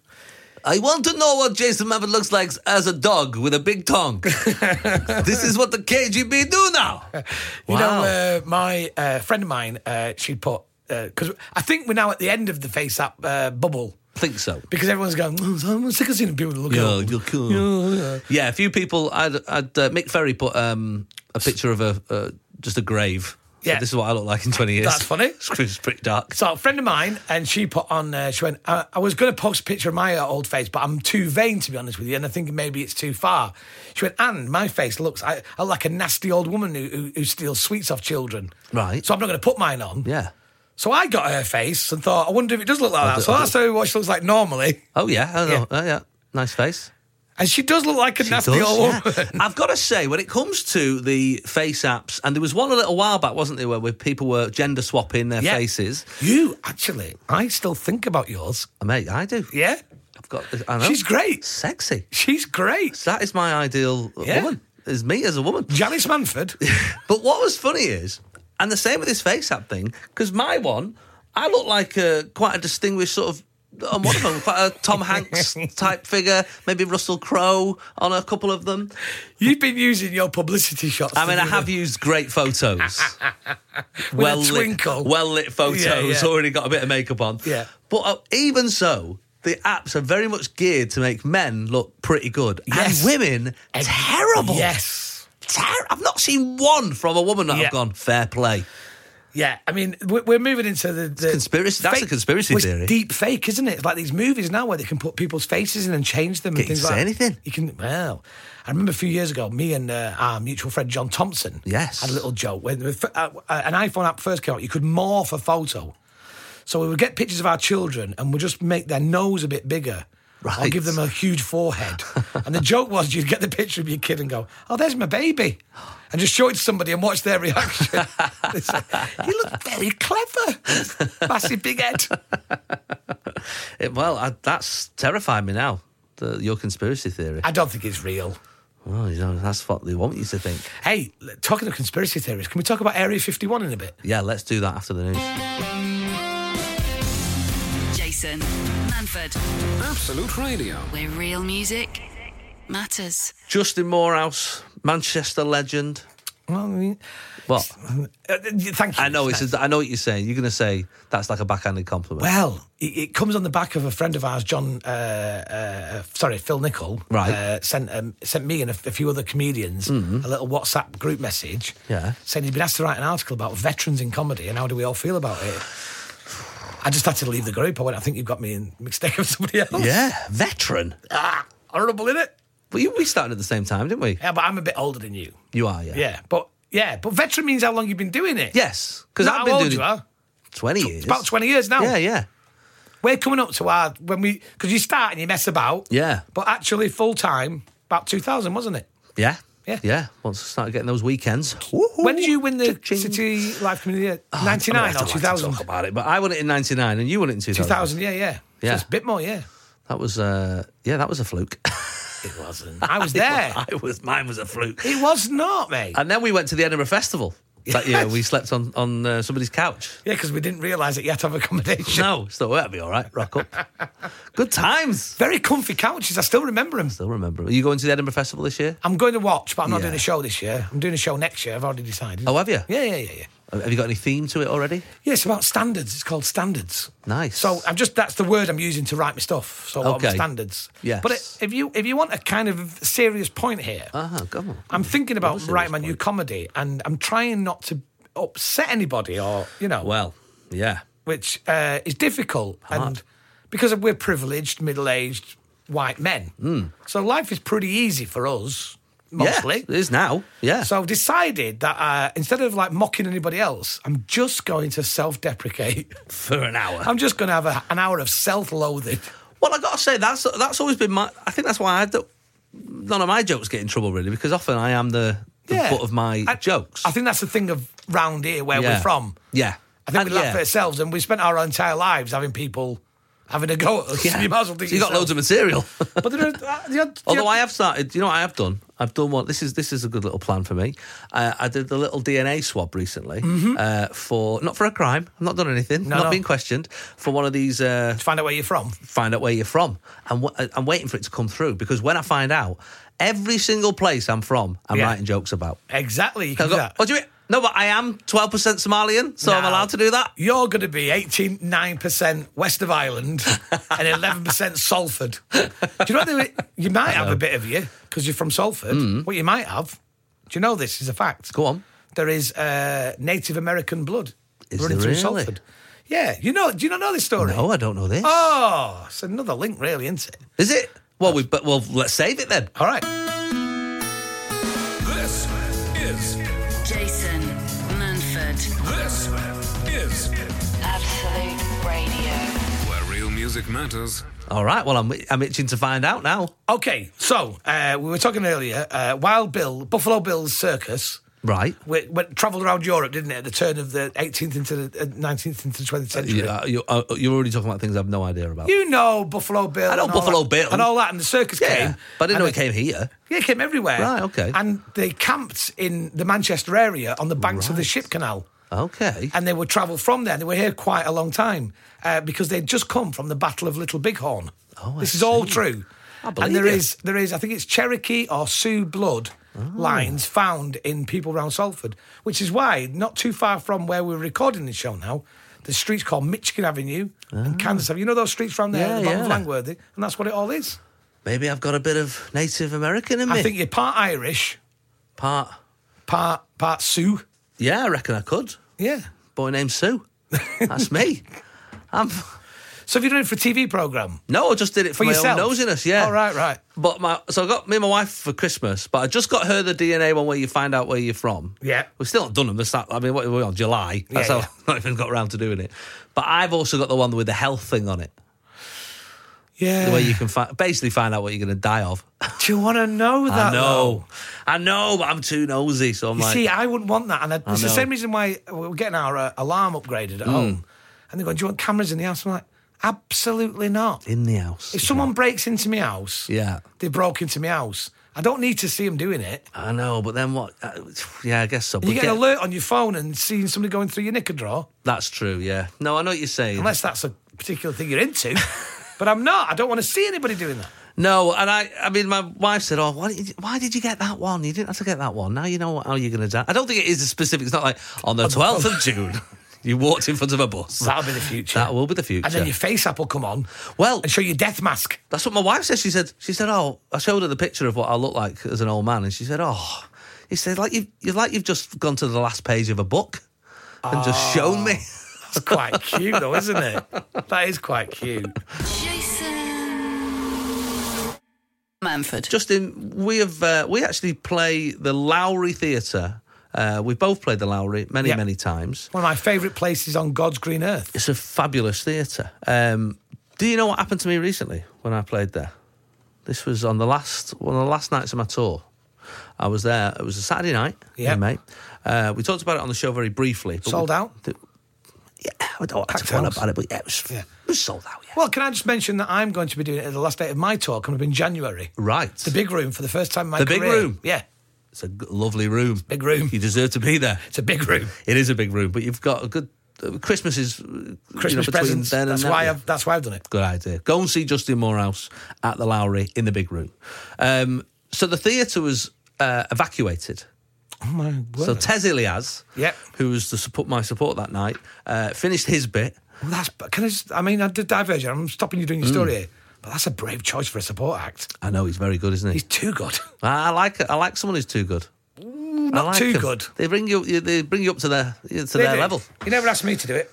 S3: I want to know what Jason Maverick looks like as a dog with a big
S4: *laughs*
S3: tongue. this is what the KGB do now.
S4: You
S3: wow.
S4: know, uh, my uh, friend of mine, uh, she put, because I think we're now at the end of the face app uh, bubble.
S3: I think so.
S4: Because everyone's going, "Oh, I'm sick of seeing people look
S3: Yeah,
S4: old."
S3: you're cool. Yeah, a few people. I'd, I'd uh, Mick Ferry put um, a picture of a uh, just a grave.
S4: Yeah.
S3: this is what I look like in 20 years.
S4: That's
S3: *laughs*
S4: funny.
S3: It's pretty- it's pretty dark.
S4: So a friend of mine, and she put on, uh, she went, I, I was going to post a picture of my uh, old face, but I'm too vain to be honest with you, and I think maybe it's too far. She went, and my face looks, I, I look like a nasty old woman who, who, who steals sweets off children.
S3: Right.
S4: So I'm not going to put mine on.
S3: Yeah.
S4: So I got her face and thought, I wonder if it does look like that.
S3: do-
S4: So
S3: I
S4: I saw what she looks like normally,
S3: Oh yeah. I know.
S4: Yeah.
S3: Oh, yeah. Nice face.
S4: and she does look like a
S3: She
S4: nasty
S3: does,
S4: old
S3: yeah.
S4: woman.
S3: I've got to say, when it comes to the face apps, and there was one a little while back, wasn't there, where where people were gender swapping their
S4: Yeah.
S3: faces.
S4: You actually, I still think about yours.
S3: Mate, I do.
S4: Yeah,
S3: I've got. I know.
S4: she's great.
S3: sexy.
S4: She's great.
S3: That is my ideal
S4: Yeah.
S3: woman. Is me as a woman.
S4: Janice Manford.
S3: But what was funny is, and the same with this face app thing, because my one, I look like a quite a distinguished sort of. On one of them, quite a Tom
S4: *laughs*
S3: Hanks type figure, maybe Russell Crowe on a couple of them.
S4: You've been using your publicity shots.
S3: I
S4: to
S3: mean, I
S4: do
S3: have
S4: the-
S3: used great photos,
S4: *laughs* with a
S3: lit,
S4: twinkle.
S3: well lit photos.
S4: Yeah, yeah.
S3: Already got a bit of makeup on.
S4: Yeah.
S3: But uh, even so, the apps are very much geared to make men look pretty good
S4: Yes.
S3: and women terrible.
S4: Yes.
S3: Ter- I've not seen one from a woman that
S4: Yeah.
S3: I've gone fair play.
S4: Yeah, I mean, we- we're moving into the, the
S3: conspiracy- that's a conspiracy
S4: well, it's
S3: theory.
S4: Deep fake, isn't it? It's like these movies now where they can put people's faces in and change them.
S3: Yeah,
S4: and
S3: you can
S4: things
S3: say
S4: like
S3: anything.
S4: You can. Well, I remember a few years ago, me and uh, our mutual friend John Thompson,
S3: Yes.
S4: had a little joke when the f- uh, an iPhone app first came out. You could morph a photo, so we would get pictures of our children and we'd just make their nose a bit bigger. Or
S3: Right.
S4: give them a
S3: *laughs*
S4: huge forehead. and the joke was you'd get the picture of your kid and go, Oh, there's my baby. And just show it to somebody and watch their reaction. *laughs* They say, you look very clever. Massive big head.
S3: It, well, I, that's terrified me now. The, your conspiracy theory.
S4: I don't think it's real.
S3: well, you know, that's what they want you to think.
S4: Hey, l- talking of conspiracy theories, can we talk about Area 51 in a bit?
S3: Yeah, let's do that after the news.
S1: Jason Manford,
S2: Absolute Radio.
S1: where real music matters.
S3: Justin Morehouse, Manchester legend.
S4: Well, I mean,
S3: What?
S4: uh, uh, thank you.
S3: I know it's. I know what you're saying. You're going to say that's like a backhanded compliment.
S4: Well, it, it comes on the back of a friend of ours, John. Uh, uh, sorry, Phil Nichol.
S3: Right. Mm-hmm.
S4: Uh, sent um, sent me and a, a few other comedians a little WhatsApp group message.
S3: Yeah.
S4: Saying he'd been asked to write an article about veterans in comedy and how do we all feel about it. I just had to leave the group. I went. I think you've got me in *laughs* mistake with somebody else.
S3: yeah, veteran.
S4: Ah, horrible, is it?
S3: But you, we started at the same time, didn't we?
S4: Yeah, but I'm a bit older than you.
S3: You are, yeah.
S4: Yeah, but yeah, but veteran means how long you've been doing it.
S3: Yes, because
S4: Not
S3: I've
S4: how
S3: been
S4: old
S3: doing
S4: you
S3: it
S4: are.
S3: twenty years.
S4: About twenty years now.
S3: Yeah, yeah.
S4: We're coming up to our when we because you start and you mess about.
S3: Yeah.
S4: But actually, full time about two thousand, wasn't it?
S3: Yeah.
S4: Yeah.
S3: Yeah. Once I started getting those weekends.
S4: When did you win the
S3: Cha-ching.
S4: City Life Community?
S3: Oh, I
S4: Ninety nine
S3: mean, I
S4: or
S3: don't like
S4: two
S3: to
S4: thousand?
S3: Talk about it, but I won it in '99 and you won it in 2000.
S4: Two thousand, yeah, yeah.
S3: Yeah.
S4: So it's a bit more, yeah.
S3: That was, uh, yeah, that was a fluke.
S4: It wasn't.
S3: *laughs*
S4: I was there.
S3: I was, mine was a fluke.
S4: It was not, mate.
S3: And then we went to the Edinburgh Festival that
S4: *laughs*
S3: year. We slept on on uh, somebody's couch.
S4: yeah, because we didn't realise that you had to have accommodation.
S3: No, so that'll be all right. Rock
S4: *laughs*
S3: up. Good times.
S4: Very comfy couches. I still remember them.
S3: Still remember. Are you going to the Edinburgh Festival this year?
S4: I'm going to watch, but I'm not
S3: Yeah.
S4: doing a show this year. I'm doing a show next year. I've already decided.
S3: Oh, have you?
S4: Yeah, yeah, yeah, yeah.
S3: Have you got any theme to it already?
S4: Yeah, it's about standards. It's called standards.
S3: Nice.
S4: So I'm just that's the word I'm using to write my stuff. So what are my
S3: Okay.
S4: standards.
S3: Yes.
S4: But it, if you if you want a kind of serious point here,
S3: Ah, come on.
S4: I'm thinking about
S3: Love a
S4: writing my
S3: serious
S4: new comedy, and I'm trying not to upset anybody, or you know,
S3: Well, yeah.
S4: which uh, is difficult, and because we're privileged, middle-aged white men, so life is pretty easy for us mostly.
S3: Hmm. Yeah, it is now. Yeah.
S4: So I've decided that uh, instead of like mocking anybody else, I'm just going to self-deprecate. *laughs*
S3: for an hour.
S4: I'm just going to have a, an hour of self-loathing.
S3: Well, I gotta say that's that's always been my. I think that's why I do none of my jokes get in trouble really because often I am the, the butt of my
S4: I-
S3: jokes.
S4: I think that's the thing of round here where
S3: Yeah.
S4: we're from.
S3: Yeah,
S4: I think
S3: And
S4: we laugh
S3: yeah.
S4: at ourselves, and we spent our entire lives having people having a go at us.
S3: Yeah.
S4: *laughs* You might as well think
S3: So you got loads of
S4: *laughs*
S3: material.
S4: But there are, uh, the odd- the
S3: Although
S4: odd-
S3: I have started, you know, what I have done. I've done one. This is this is a good little plan for me. Uh, I did the little DNA swab recently uh, for not for a crime. I've not done anything.
S4: Mm-hmm. No,
S3: not
S4: no.
S3: being questioned for one of these uh,
S4: to find out where you're from.
S3: find out where you're from. I'm, wa- I'm waiting for it to come through because when I find out, every single place I'm from, I'm
S4: Yeah.
S3: writing jokes about.
S4: Exactly, you
S3: I
S4: can do
S3: go,
S4: that.
S3: What do you mean? No, but I am 12% Somalian, so I'm
S4: Now,
S3: allowed to do that.
S4: You're going to be 89% west
S3: *laughs*
S4: of Ireland and 11% Salford. Do you know what? they-
S3: *laughs*
S4: You might have a bit of you because you're from Salford. What you might have, do you know this is a fact?
S3: Mm. Go on.
S4: There is uh, Native American blood
S3: Is
S4: running
S3: there
S4: through
S3: really?
S4: Salford. Yeah, you know. Do you not know this story?
S3: No, I don't know this.
S4: Oh, it's another link, really, isn't it?
S3: Is it? Well, we but well, let's save it then.
S4: All right.
S2: This is
S1: Jason Manford,
S2: this is
S1: Absolute Radio.
S2: where real music matters.
S3: All right. Well, I'm I'm itching to find out now.
S4: Okay, so uh, we were talking earlier. Uh, Wild Bill, Buffalo Bill's circus.
S3: Right.
S4: went, went travelled around Europe, didn't it? At the turn of the 18th into the uh, 19th into the 20th century.
S3: You, uh, you, uh, you're already talking about things I've no idea about.
S4: You know Buffalo Bill.
S3: I know
S4: and all
S3: Buffalo
S4: that-
S3: Bill.
S4: and all that, and the circus
S3: yeah,
S4: came.
S3: but I didn't
S4: and
S3: know
S4: they-
S3: it came here.
S4: Yeah, it came everywhere.
S3: Right, okay.
S4: And they camped in the Manchester area on the banks of the
S3: Right.
S4: Ship Canal,
S3: Okay.
S4: and they would travel from there. And they were here quite a long time uh, because they'd just come from the Battle of Little Bighorn.
S3: Oh, I
S4: this is all
S3: see.
S4: true.
S3: I believe
S4: and there
S3: you. Oh.
S4: is, there is, I think it's Cherokee or Sioux blood lines found in people around Salford, which is why not too far from where we're recording this show now, the streets called Michigan Avenue and Kansas Avenue. You know those streets around there,
S3: Ah. Yeah,
S4: at the bottom
S3: yeah.
S4: of Langworthy, and that's what it all is.
S3: Maybe I've got a bit of Native American in me.
S4: I think you're part Irish,
S3: part.
S4: part part Sioux.
S3: Yeah, I reckon I could.
S4: Yeah.
S3: Boy named Sue. That's me. I'm.
S4: So have you done it for a TV program
S3: No, I just did it for,
S4: for
S3: my
S4: yourself?
S3: own nosiness. Yeah.
S4: All right, right.
S3: But my so I got me and my wife for Christmas, but I just got her the DNA one where you find out where you're from.
S4: Yeah.
S3: we've still not done them. That's not, I mean, what we're on July. That's
S4: Yeah,
S3: how *laughs* I've not even got round to doing it. But I've also got the one with the health thing on it,
S4: Yeah.
S3: the
S4: *sighs*
S3: way you can fi- basically find out what you're going to die of.
S4: Do you want to know that?
S3: I
S4: though?
S3: know, I know, but I'm too nosy, so I'm
S4: You
S3: like,
S4: see, I wouldn't want that. And I, it's the
S3: know. Mm.
S4: same reason why we're getting our uh, alarm upgraded at home. And they're going, Do you want cameras in the house? I'm like, Absolutely not.
S3: in the house.
S4: If someone breaks into my house,
S3: yeah,
S4: they broke into my house. I don't need to see them doing it.
S3: I know, but then what? uh, Yeah, I guess so.
S4: You
S3: But
S4: get
S3: get-
S4: an alert on your phone and seeing somebody going through your knicker drawer,
S3: That's true. Yeah, no, I know what you're saying.
S4: unless that's a particular thing you're into.
S3: *laughs*
S4: but I'm not. I don't want to see anybody doing that.
S3: No, and I, I mean, my wife said, "Oh, why did you, why did you get that one? You didn't have to get that one. Now you know how you're going to die." I don't think it is specific. It's not like on the twelfth of June *laughs* you walked in front of a bus.
S4: That'll be the future.
S3: That will be the future.
S4: And then your face app will come on
S3: well,
S4: and show you death mask.
S3: that's what my wife said. She said, "She said, oh, I showed her the picture of what I look like as an old man, and she said, oh, he said, like you've, you're like you've just gone to the last page of a book and just shown me."
S4: That's quite cute, though,
S3: *laughs*
S4: isn't it? That is quite cute.
S1: Jason Manford.
S3: Justin, we have uh, we actually play the Lowry Theatre. Uh, we've both played the Lowry many,
S4: Yep.
S3: many times.
S4: One of my favourite places on God's green earth.
S3: It's a fabulous theatre. Um, do you know what happened to me recently when I played there? This was on the last one of the last nights of my tour. I was there. It was a Saturday night, yeah,
S4: Yeah.
S3: mate. Uh, we talked about it on the show very briefly. but
S4: Sold
S3: we-
S4: out?
S3: th- yeah, I don't want to
S4: Packed
S3: tell
S4: house.
S3: about it, but yeah, it was,
S4: Yeah.
S3: it was sold out. Yeah,
S4: Well, can I just mention that I'm going to be doing it at the last day of my tour coming up in January.
S3: right.
S4: The big room for the first time in my
S3: The
S4: career.
S3: big room?
S4: Yeah.
S3: it's a g- lovely room.
S4: Big room.
S3: You deserve to be there.
S4: It's a big room.
S3: It is a big room, but you've got a good uh, Christmas is uh, you know,
S4: Christmas
S3: between
S4: presents.
S3: Then and
S4: That's
S3: now.
S4: why I've that's why I've done it.
S3: Good idea. Go and see Justin Morehouse at the Lowry in the big room. Um, so the theatre was uh, evacuated
S4: Oh my word.
S3: So Tez Ilias,
S4: Yep.
S3: who was the support, my support that night, uh, finished his bit.
S4: Well, that's. but Can I? Just, I mean, I did diverge. I'm stopping you doing
S3: Mm.
S4: your story, here, but that's a brave choice for a support act.
S3: I know he's very good, isn't he?
S4: He's too good.
S3: I I like I like someone who's too good.
S4: Not too
S3: 'em.
S4: good.
S3: They bring you they bring you up to their to
S4: They
S3: their
S4: do.
S3: level.
S4: You never asked me to do it.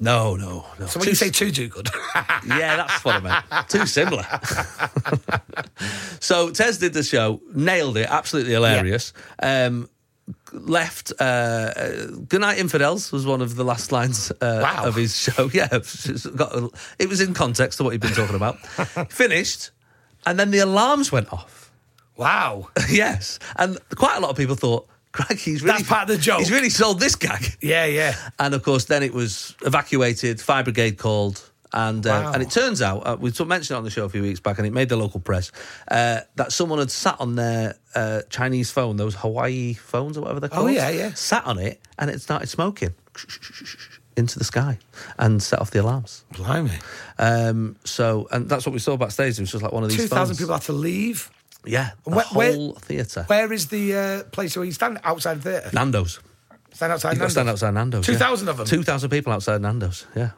S3: No, no, no.
S4: So when you say too too good, *laughs*
S3: yeah, that's what I meant. Too similar. so Tez did the show, nailed it, absolutely hilarious. Um, left uh, uh, Goodnight Infidels was one of the last lines uh,
S4: Wow.
S3: of his show. *laughs* Yeah, it's got a- it was in context to what he'd been talking
S4: *laughs*
S3: about. Finished, and then the alarms went off. *laughs*
S4: wow.
S3: yes, and quite a lot of people thought. Craig, he's really
S4: That's part of the joke.
S3: He's really sold this gag.
S4: Yeah, yeah.
S3: *laughs* And of course, then it was evacuated. Fire brigade called, and uh,
S4: Wow.
S3: and it turns out uh, we sort of mentioned it on the show a few weeks back, and it made the local press uh, that someone had sat on their uh, Chinese phone, those Hawaii phones or whatever they're
S4: Oh,
S3: called.
S4: yeah, yeah.
S3: Sat on it, and it started smoking into the sky and set off the alarms.
S4: Blimey.
S3: Um, so, and that's what we saw backstage. It was just like one of these
S4: Two thousand
S3: phones.
S4: people had to leave.
S3: Yeah, the
S4: Where- where-
S3: whole theatre.
S4: Where is the uh, place where you stand outside the theatre?
S3: Nando's.
S4: Stand outside.
S3: You've got to stand
S4: Nando's?
S3: outside Nando's.
S4: Two thousand of them.
S3: Two thousand people outside Nando's. Yeah,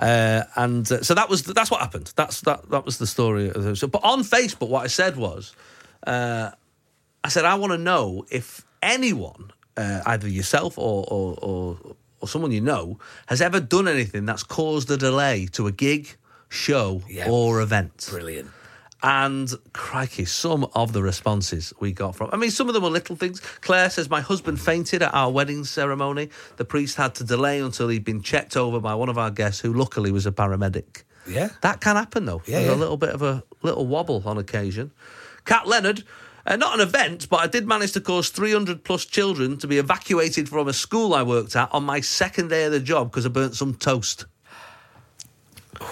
S3: uh, and uh, so that was that's what happened. That's that that was the story. of the- So, but on Facebook, what I said was, uh, I said I want to know if anyone, uh, either yourself or or, or or someone you know, has ever done anything that's caused a delay to a gig, show,
S4: Yeah.
S3: or event.
S4: Brilliant.
S3: And crikey, some of the responses we got from. I mean, some of them were little things. Claire says, My husband fainted at our wedding ceremony. The priest had to delay until he'd been checked over by one of our guests, who luckily was a paramedic.
S4: Yeah.
S3: That can happen, though.
S4: Yeah,
S3: There's a
S4: yeah.
S3: little bit of a little wobble on occasion. Cat Leonard, uh, not an event, but I did manage to cause 300 plus children to be evacuated from a school I worked at on my second day of the job because I burnt some toast. *sighs*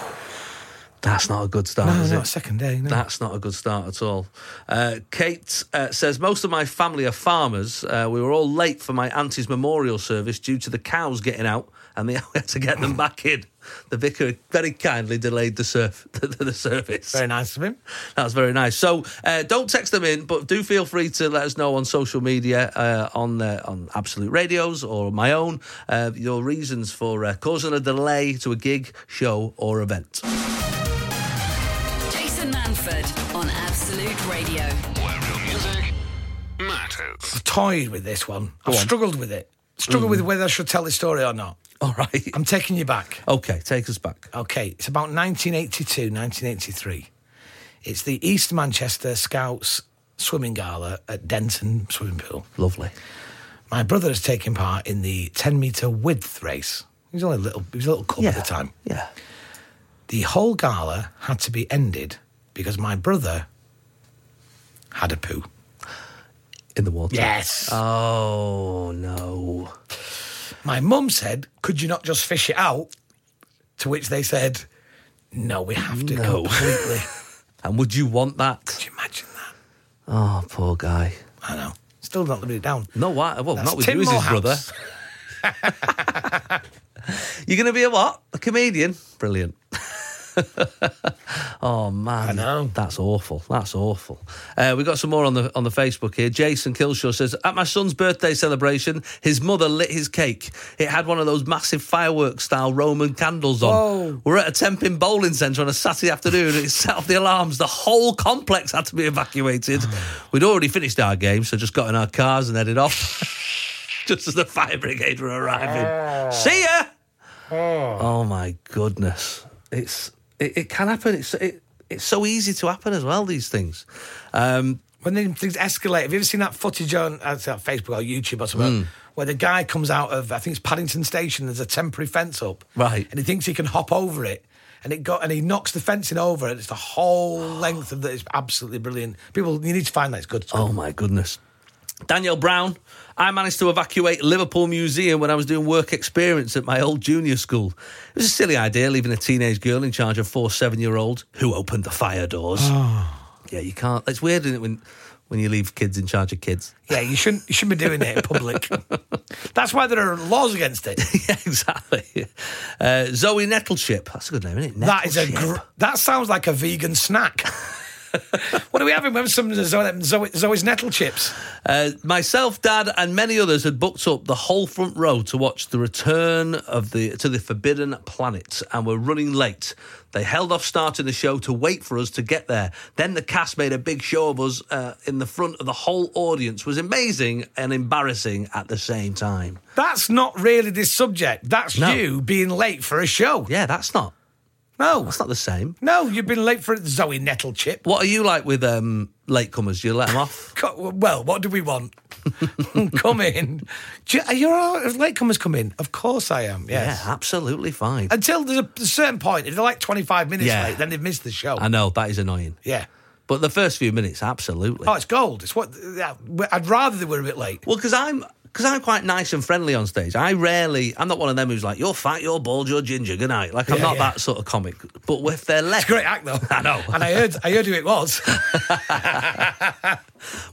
S3: That's not a good start,
S4: No,
S3: Oh, is
S4: not
S3: it?
S4: second day. No.
S3: That's not a good start at all. Uh, Kate uh, says most of my family are farmers. Uh, we were all late for my auntie's memorial service due to the cows getting out, and they *laughs* had to get them back in. The vicar very kindly delayed the, surf- *laughs* the, the service.
S4: Very nice of him.
S3: That was very nice. So uh, don't text them in, but do feel free to let us know on social media, uh, on uh, on Absolute Radios or my own, uh, your reasons for uh, causing a delay to a gig, show, or event. *laughs*
S1: Jason Manford on Absolute Radio.
S2: Where real music matters.
S4: Toyed with this one. I've struggled with it. Struggled
S3: Mm.
S4: with whether I should tell this story or not.
S3: All right.
S4: I'm taking you back.
S3: Okay, take us back.
S4: Okay, it's about 1982, 1983. It's the East Manchester Scouts swimming gala at Denton Swimming Pool.
S3: Lovely.
S4: My brother has taken part in the 10 metre width race. He was only a little, he was a little cub at the time.
S3: Yeah.
S4: The whole gala had to be ended because my brother had a poo.
S3: In the water.
S4: Yes.
S3: Oh no.
S4: My mum said, Could you not just fish it out? To which they said, No, we have to
S3: No.
S4: *laughs* completely.
S3: And would you want that?
S4: Could you imagine that?
S3: Oh, poor guy.
S4: I know. Still not living it down.
S3: No, why? Well,
S4: That's
S3: not with
S4: Tim
S3: you as his
S4: Morehouse. *laughs*
S3: brother. You're going to be a what? A comedian? Brilliant. *laughs* oh man,
S4: I know.
S3: that's awful. That's awful. Uh, we got some more on the on the Facebook here. Jason Kilshaw says, at my son's birthday celebration, his mother lit his cake. It had one of those massive fireworks style Roman candles on.
S4: Whoa.
S3: We're at a Tempin bowling centre on a Saturday afternoon. and It set off the alarms. The whole complex had to be evacuated.
S4: *sighs*
S3: We'd already finished our game, so just got in our cars and headed off. *laughs* just as the fire brigade were arriving. See ya. Oh my goodness! It's it, it can happen. It's it, it's so easy to happen as well. These things. Um,
S4: when then things escalate. Have you ever seen that footage on uh, it's on Facebook or YouTube or something
S3: Hmm.
S4: where the guy comes out of I think it's Paddington Station? There's a temporary fence up,
S3: Right.
S4: And he thinks he can hop over it, and it got and he knocks the fencing over, and it's the whole length of that. It's absolutely brilliant. People, you need to find that. It's good.
S3: oh my goodness. Daniel Brown, I managed to evacuate Liverpool Museum when I was doing work experience at my old junior school. It was a silly idea leaving a teenage girl in charge of four seven year olds who opened the fire doors.
S4: Ah.
S3: Yeah, you can't. It's weird, isn't it, when, when you leave kids in charge of kids? *laughs*
S4: Yeah, you shouldn't you shouldn't be doing it in public. That's why there are laws
S3: *laughs*
S4: against it.
S3: yeah, exactly. Uh, Zoe Nettleship. That's a good name, isn't it?
S4: That is a
S3: Nettleship. *laughs*
S4: gr- that sounds like a vegan snack. what are we having? We having some Zoe, Zoe, Zoe's nettle chips.
S3: Uh, myself, Dad, and many others had booked up the whole front row to watch the return of the to the Forbidden Planet, and were running late. They held off starting the show to wait for us to get there. Then the cast made a big show of us uh, in the front of the whole audience. Was amazing and embarrassing at the same time.
S4: That's not really this subject. That's
S3: No.
S4: you being late for a show.
S3: Yeah, that's not
S4: No.
S3: that's not the same.
S4: No, you've been late for it, Zoe Nettle Chip.
S3: What are you like with um, latecomers? Do you let them off?
S4: Co- Well, what do we
S3: *laughs*
S4: want? *laughs* come in. Do you, are you all right? if Latecomers come in? Of course I am, yes.
S3: Yeah, absolutely fine.
S4: Until there's a a certain point, if they're like 25 minutes
S3: Yeah.
S4: late, then they've missed the show.
S3: I know that is annoying,
S4: yeah.
S3: but the first few minutes, absolutely.
S4: Oh, it's gold. It's what yeah, I'd rather they were a bit late.
S3: Well, because I'm because I'm quite nice and friendly on stage. I rarely. I'm not one of them who's like you're fat, you're bald, you're ginger. Good night. Like I'm
S4: Yeah,
S3: not
S4: yeah.
S3: that sort of comic. But if they're left,
S4: Great act though.
S3: *laughs* I know.
S4: And I heard I heard who
S3: *laughs*
S4: it was.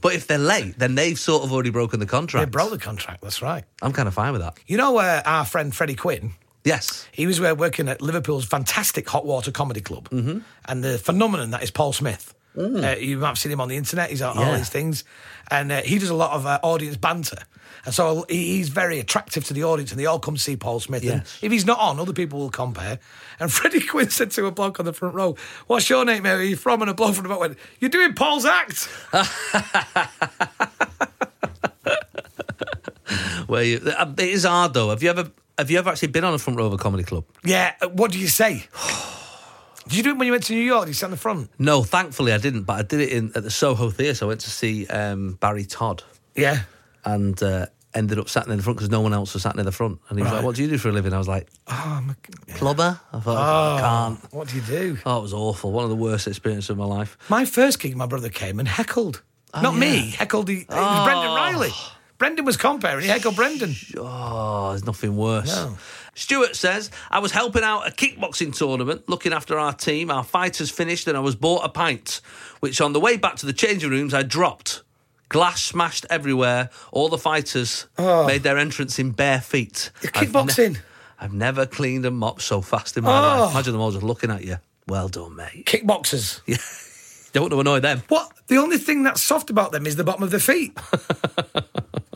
S3: But if they're late, then they've sort of already broken the
S4: they
S3: contract.
S4: broke the contract, that's right.
S3: I'm kind of fine with that.
S4: You know uh, our friend Freddie Quinn?
S3: Yes.
S4: He was uh, working at Liverpool's fantastic hot water comedy club, mm-hmm. and the phenomenon that is Paul Smith. Uh, you might have seen him on the internet. He's on all
S3: Yeah.
S4: these things, and uh, he does a lot of uh, audience banter, and so he- he's very attractive to the audience, and they all come see Paul Smith. And
S3: Yes.
S4: if he's not on, other people will compare. And *laughs* Freddie Quinn said to a bloke on the front row, "What's your name, mate? Where Are you from?" And a bloke from the back went, "You're doing Paul's act."
S3: Where you, uh, it is hard though. Have you ever have you ever actually been on a front row of a comedy club?
S4: yeah. uh, What do you say? *sighs* Did you do it when you went to New York? Did you stand in the front?
S3: No, thankfully I didn't. But I did it in at the Soho Theatre. I went to see um, Barry Todd,
S4: Yeah.
S3: and uh, ended up sat in the front because no one else was sat near the front. And he was
S4: Right.
S3: like, "What do you do for a living?" I was like,
S4: Oh, I'm a-
S3: "Plumber." I
S4: Oh.
S3: thought, "I can't."
S4: What do you do?
S3: Oh, it was awful. One of the worst experiences of my life.
S4: My first gig, my brother came and heckled.
S3: Oh,
S4: Not me, heckled. The, It was Brendan Riley. Brendan was comparing. He heckled Brendan.
S3: Oh, there's nothing worse.
S4: No.
S3: Stuart says, I was helping out a kickboxing tournament, looking after our team. Our fighters finished, and I was bought a pint, which on the way back to the changing rooms, I dropped. Glass smashed everywhere. All the fighters made their entrance in bare feet.
S4: It's
S3: I've
S4: Oh. kickboxing.
S3: I've never cleaned and mopped so fast in my
S4: Oh.
S3: life. Imagine them all just looking at you. Well done, mate.
S4: Kickboxers.
S3: Don't want to annoy them.
S4: What? The only thing that's soft about them is the bottom of their
S3: *laughs*
S4: feet.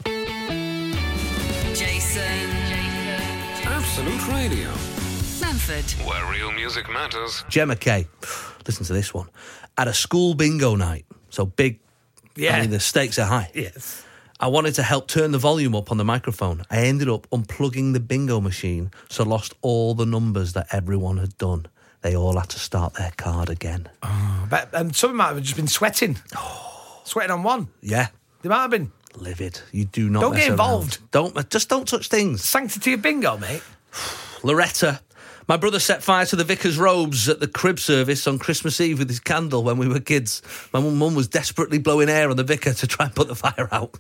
S1: Jason.
S2: Absolute Radio,
S1: Manford.
S2: where real music matters.
S3: Gemma K. Listen to this one. At a school bingo night, so big.
S4: Yeah.
S3: I mean, the stakes are high.
S4: yes.
S3: I wanted to help turn the volume up on the microphone. I ended up unplugging the bingo machine, so lost all the numbers that everyone had done. They all had to start their card again.
S4: Uh. But, and um, some might have just been sweating.
S3: Oh.
S4: Sweating on one.
S3: Yeah,
S4: They might have been.
S3: livid. You do not
S4: Don't
S3: mess
S4: get involved.
S3: around. Don't just don't touch things.
S4: Sanctity of bingo, mate. *laughs*
S3: Loretta. My brother set fire to the vicar's robes at the crib service on Christmas Eve with his candle when we were kids. My mum was desperately blowing air on the vicar to try and put the fire out.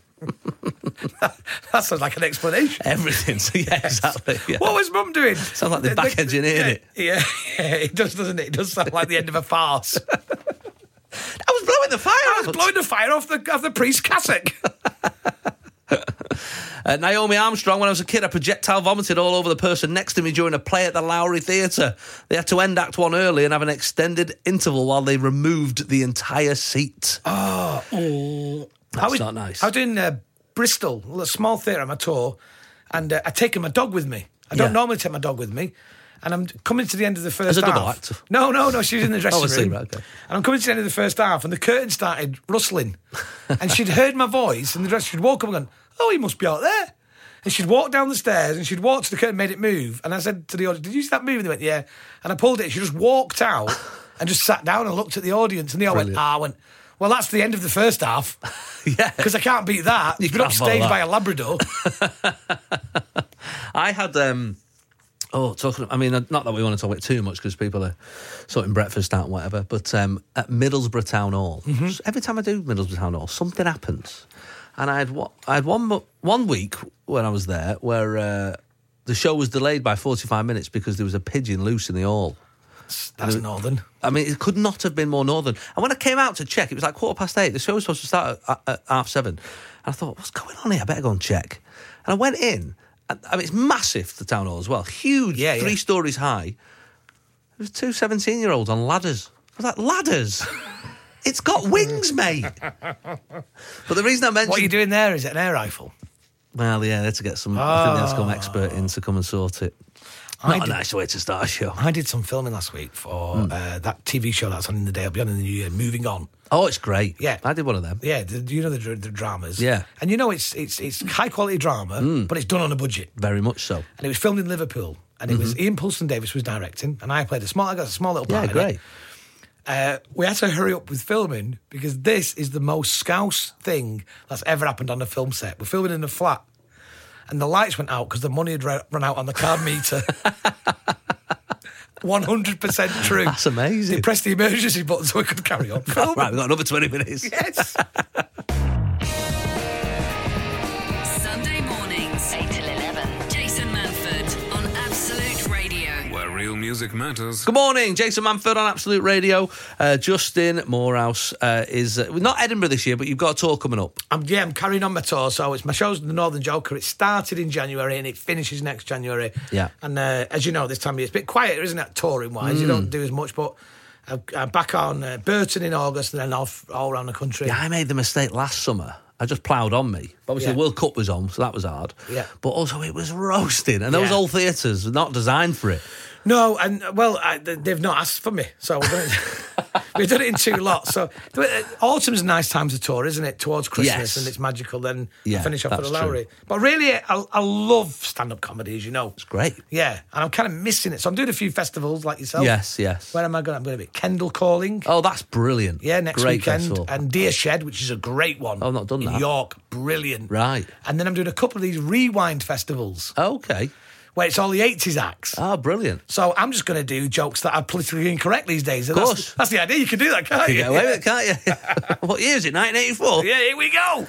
S4: That sounds like an explanation.
S3: Everything. So *laughs* yeah, exactly. Yeah.
S4: What was mum doing?
S3: Sounds like they back engineered it.
S4: Yeah, *laughs* yeah, it does, doesn't it? It does sound like the end of
S3: *laughs*
S4: a farce.
S3: I was blowing the fire
S4: I
S3: out.
S4: was blowing the fire off the, off the priest's cassock.
S3: Uh, Naomi Armstrong, when I was a kid, I projectile vomited all over the person next to me during a play at the Lowry Theatre. They had to end Act One early and have an extended interval while they removed the entire seat.
S4: That's
S3: not nice.
S4: I was doing uh, Bristol, a little small theatre on my tour, and uh, I'd taken my dog with me. I don't
S3: Yeah.
S4: normally take my dog with me. And I'm coming to the end of the first
S3: As a double
S4: half.
S3: act?
S4: No, no, no. She was
S3: *laughs*
S4: in the dressing
S3: I see,
S4: room.
S3: right, okay.
S4: And I'm coming to the end of the first half, and the curtain started rustling. and she'd heard my voice, and the dressing she'd walk up and gone, "Oh, he must be out there." And she'd walk down the stairs, and she'd walk to the curtain, made it move. And I said to the audience, "Did you see that move?" And they went, "Yeah." And I pulled it. and She just walked out and just sat down and looked at the audience, and they all went,
S3: Brilliant.
S4: "Ah," I went. Well, that's the end of the first half.
S3: *laughs* Yeah.
S4: Because I can't beat that. You've been
S3: can't follow
S4: upstaged
S3: that.
S4: by
S3: *laughs*
S4: a Labrador.
S3: I had. um Oh, talking. I mean, not that we want to talk about it too much because people are sorting breakfast out and whatever. But um, at Middlesbrough Town Hall, just every time I do Middlesbrough Town Hall, something happens. And I had wa- I had one mo- one week when I was there where uh, the show was delayed by forty five minutes because there was a pigeon loose in the hall.
S4: That's northern.
S3: I mean, it could not have been more northern. And when I came out to check, it was like quarter past eight. The show was supposed to start at, at half seven. And I thought, what's going on here? I better go and check. And I went in. And, I mean, it's massive, the town hall as well. Huge,
S4: Yeah, yeah.
S3: three
S4: *laughs*
S3: stories high. There was two 17 year olds on ladders. I was like, ladders? It's got wings, mate. but the reason I mentioned
S4: What are you doing there? Is it an air rifle?
S3: Well, yeah, they had to get some. I think they had to come expert in to come and sort it.
S4: Ah. I
S3: Not a
S4: did-
S3: nice way to start a show.
S4: I did some filming last week for
S3: Hmm.
S4: uh, that TV show that's on in the day. I'll be on in the new year. Moving on.
S3: Oh, it's great.
S4: Yeah.
S3: I did one of them.
S4: Yeah, the, you know the, dr- the dramas.
S3: Yeah. Mm.
S4: and you know it's it's it's high quality drama, but it's done on a budget.
S3: Very much so.
S4: And it was filmed in Liverpool, and it was Ian Poulsen Davis was directing, and I played a small. I got a small little part.
S3: Mm-hmm. Yeah,
S4: in it.
S3: great.
S4: Uh, we had to hurry up with filming because this is the most scouse thing that's ever happened on a film set. We're filming in a flat, and the lights went out because the money had ra- run out on the
S3: *laughs*
S4: card meter. 100% true.
S3: That's amazing.
S4: They pressed the emergency button so we could
S3: *laughs*
S4: carry on filming.
S3: Oh, Right, we've got another 20 minutes.
S4: Yes.
S1: Sunday mornings, 8 till 11. Jason Manford on Absolute Radio.
S2: Where real music matters.
S3: Good morning, Jason Manford on Absolute Radio. Uh, Justin Morehouse uh, is uh, not Edinburgh this year, but you've got a tour coming up.
S4: I'm, yeah, I'm carrying on my tour. So it's my show's the Northern Joker. It started in January and it finishes next January.
S3: Yeah.
S4: And uh, as you know, this time of year, it's a bit quieter, isn't it, touring wise?
S3: Mm.
S4: You don't do as much, but I'm, I'm back on uh, Burton in August and then off all around the country.
S3: Yeah, I made the mistake last summer. I just ploughed on me. Obviously,
S4: Yeah.
S3: the World Cup was on, so that was hard.
S4: Yeah.
S3: But also, it was roasting, and those
S4: Yeah.
S3: old theatres were not designed for it.
S4: No, and uh, well, I, th- they've not asked for me, so we've
S3: *laughs*
S4: done it, *laughs* we've done it in two lots. So but, uh, autumn's a nice time to tour, isn't it? Towards Christmas,
S3: Yes.
S4: and it's magical. Then
S3: Yeah,
S4: I finish off at the
S3: that's
S4: Lowry. But really, I, I love stand-up comedy, as you know.
S3: It's great.
S4: Yeah, and I'm kind of missing it. So I'm doing a few festivals like yourself.
S3: Yes, yes.
S4: Where am I going? I'm going to be at Kendall Calling.
S3: Oh, that's brilliant.
S4: Yeah, next
S3: great
S4: weekend.
S3: festival.
S4: And Deer Shed, which is a great one.
S3: I've not done
S4: in
S3: that.
S4: York, brilliant.
S3: Right.
S4: And then I'm doing a couple of these rewind festivals
S3: Okay.
S4: where it's all the 80s acts.
S3: Ah, brilliant.
S4: So I'm just going to do jokes that are politically incorrect these days. Of
S3: course.
S4: That's, that's the idea. You can do that, can't you?
S3: You get away with it, can't you? *laughs* what year is it? 1984?
S4: *laughs* Yeah, here
S3: *laughs*
S4: we go.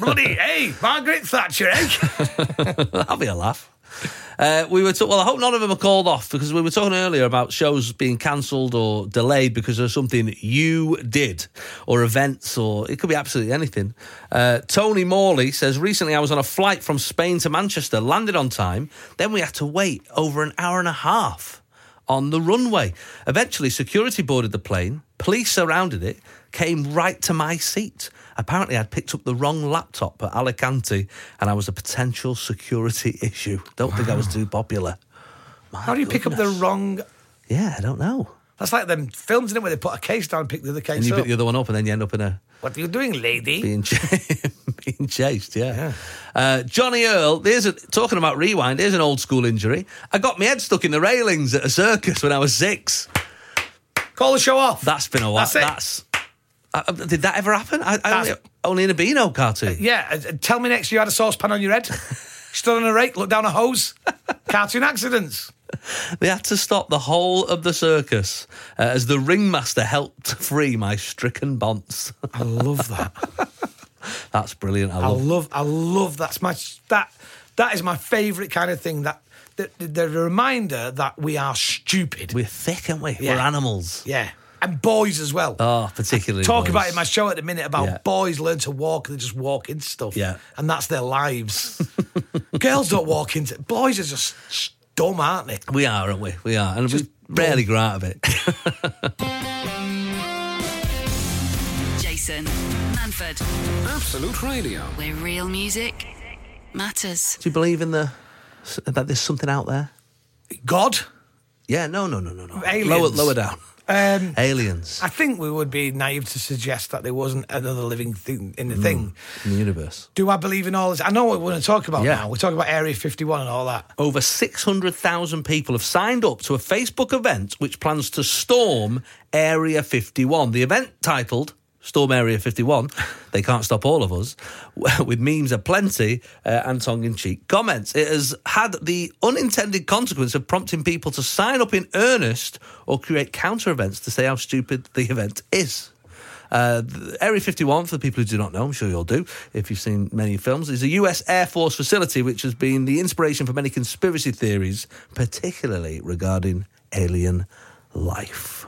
S4: Bloody, hey, Margaret Thatcher, eh?
S3: *laughs* That'll be a laugh. Uh, we were t- well. I hope none of them are called off because we were talking earlier about shows being cancelled or delayed because of something you did, or events, or it could be absolutely anything. Uh, Tony Morley says recently I was on a flight from Spain to Manchester, landed on time, then we had to wait over an hour and a half on the runway. Eventually, security boarded the plane, police surrounded it, came right to my seat. Apparently, I'd picked up the wrong laptop at Alicante and I was a potential security *laughs* issue. Don't think I was too popular. My
S4: How do you pick up the
S3: goodness.
S4: wrong...
S3: Yeah, I don't know.
S4: That's like them films, isn't it, where they put a case down and pick the other
S3: And
S4: case
S3: you
S4: up.
S3: pick the other one up and then you end up in a
S4: What are you doing, lady?
S3: being, ch- *laughs* being chased, yeah. Uh, Johnny Earl, there's a, talking about rewind, here's an old school injury. I got my head stuck in the railings at a circus when I was six.
S4: Call the show off.
S3: That's been a while.
S4: That's it.
S3: That's. I- I- did that ever happen? I, I only,
S4: That's-
S3: only in a Beano cartoon.
S4: Yeah, uh, uh, tell me next you had a saucepan on your
S3: *laughs*
S4: head. Stood on a rake, looked down a hose. Cartoon accidents.
S3: They had to stop the whole of the circus uh, as the ringmaster helped *laughs* to free my stricken bonds.
S4: I love that.
S3: *laughs* That's brilliant. I
S4: *laughs* I
S3: love.
S4: love. I love. That's my that. That is my favourite kind of thing. That the, the, the reminder that we are stupid.
S3: We're thick, aren't we?
S4: Yeah.
S3: We're animals.
S4: yeah, and boys as well.
S3: Oh, particularly.
S4: Talk
S3: boys.
S4: about it in my show at the minute about
S3: Yeah.
S4: boys learn to walk and they just walk into stuff.
S3: Yeah.
S4: and that's
S3: *laughs*
S4: their lives. Girls don't walk into. Boys are just dumb, aren't they?
S3: We are, aren't we? We are, and we rarely grow out of
S4: *laughs*
S3: it.
S1: Jason Manford,
S2: Absolute Radio.
S1: where real music matters.
S3: Do you believe in the that there's something out there?
S4: God.
S3: Yeah. No. No. No. No. No.
S4: Aliens.
S3: Lower. Lower down.
S4: Um,
S3: Aliens
S4: I think we would be naive to suggest that there wasn't another living thing in the thing.
S3: in the universe.
S4: Do I believe in all this? I know what we're going to talk about
S3: Yeah.
S4: now. We're talking about Area 51 and all that.
S3: Over 600,000 people have signed up to a Facebook event which plans to storm Area 51. The event titled Storm Area 51, they can't stop all of us, *laughs* with memes aplenty uh, and tongue in cheek comments. It has had the unintended consequence of prompting people to sign up in earnest or create counter events to say how stupid the event is. Uh, th- Area 51, for the people who do not know, I'm sure you'll do if you've seen many films, is a US Air Force facility which has been the inspiration for many conspiracy theories, particularly regarding alien life.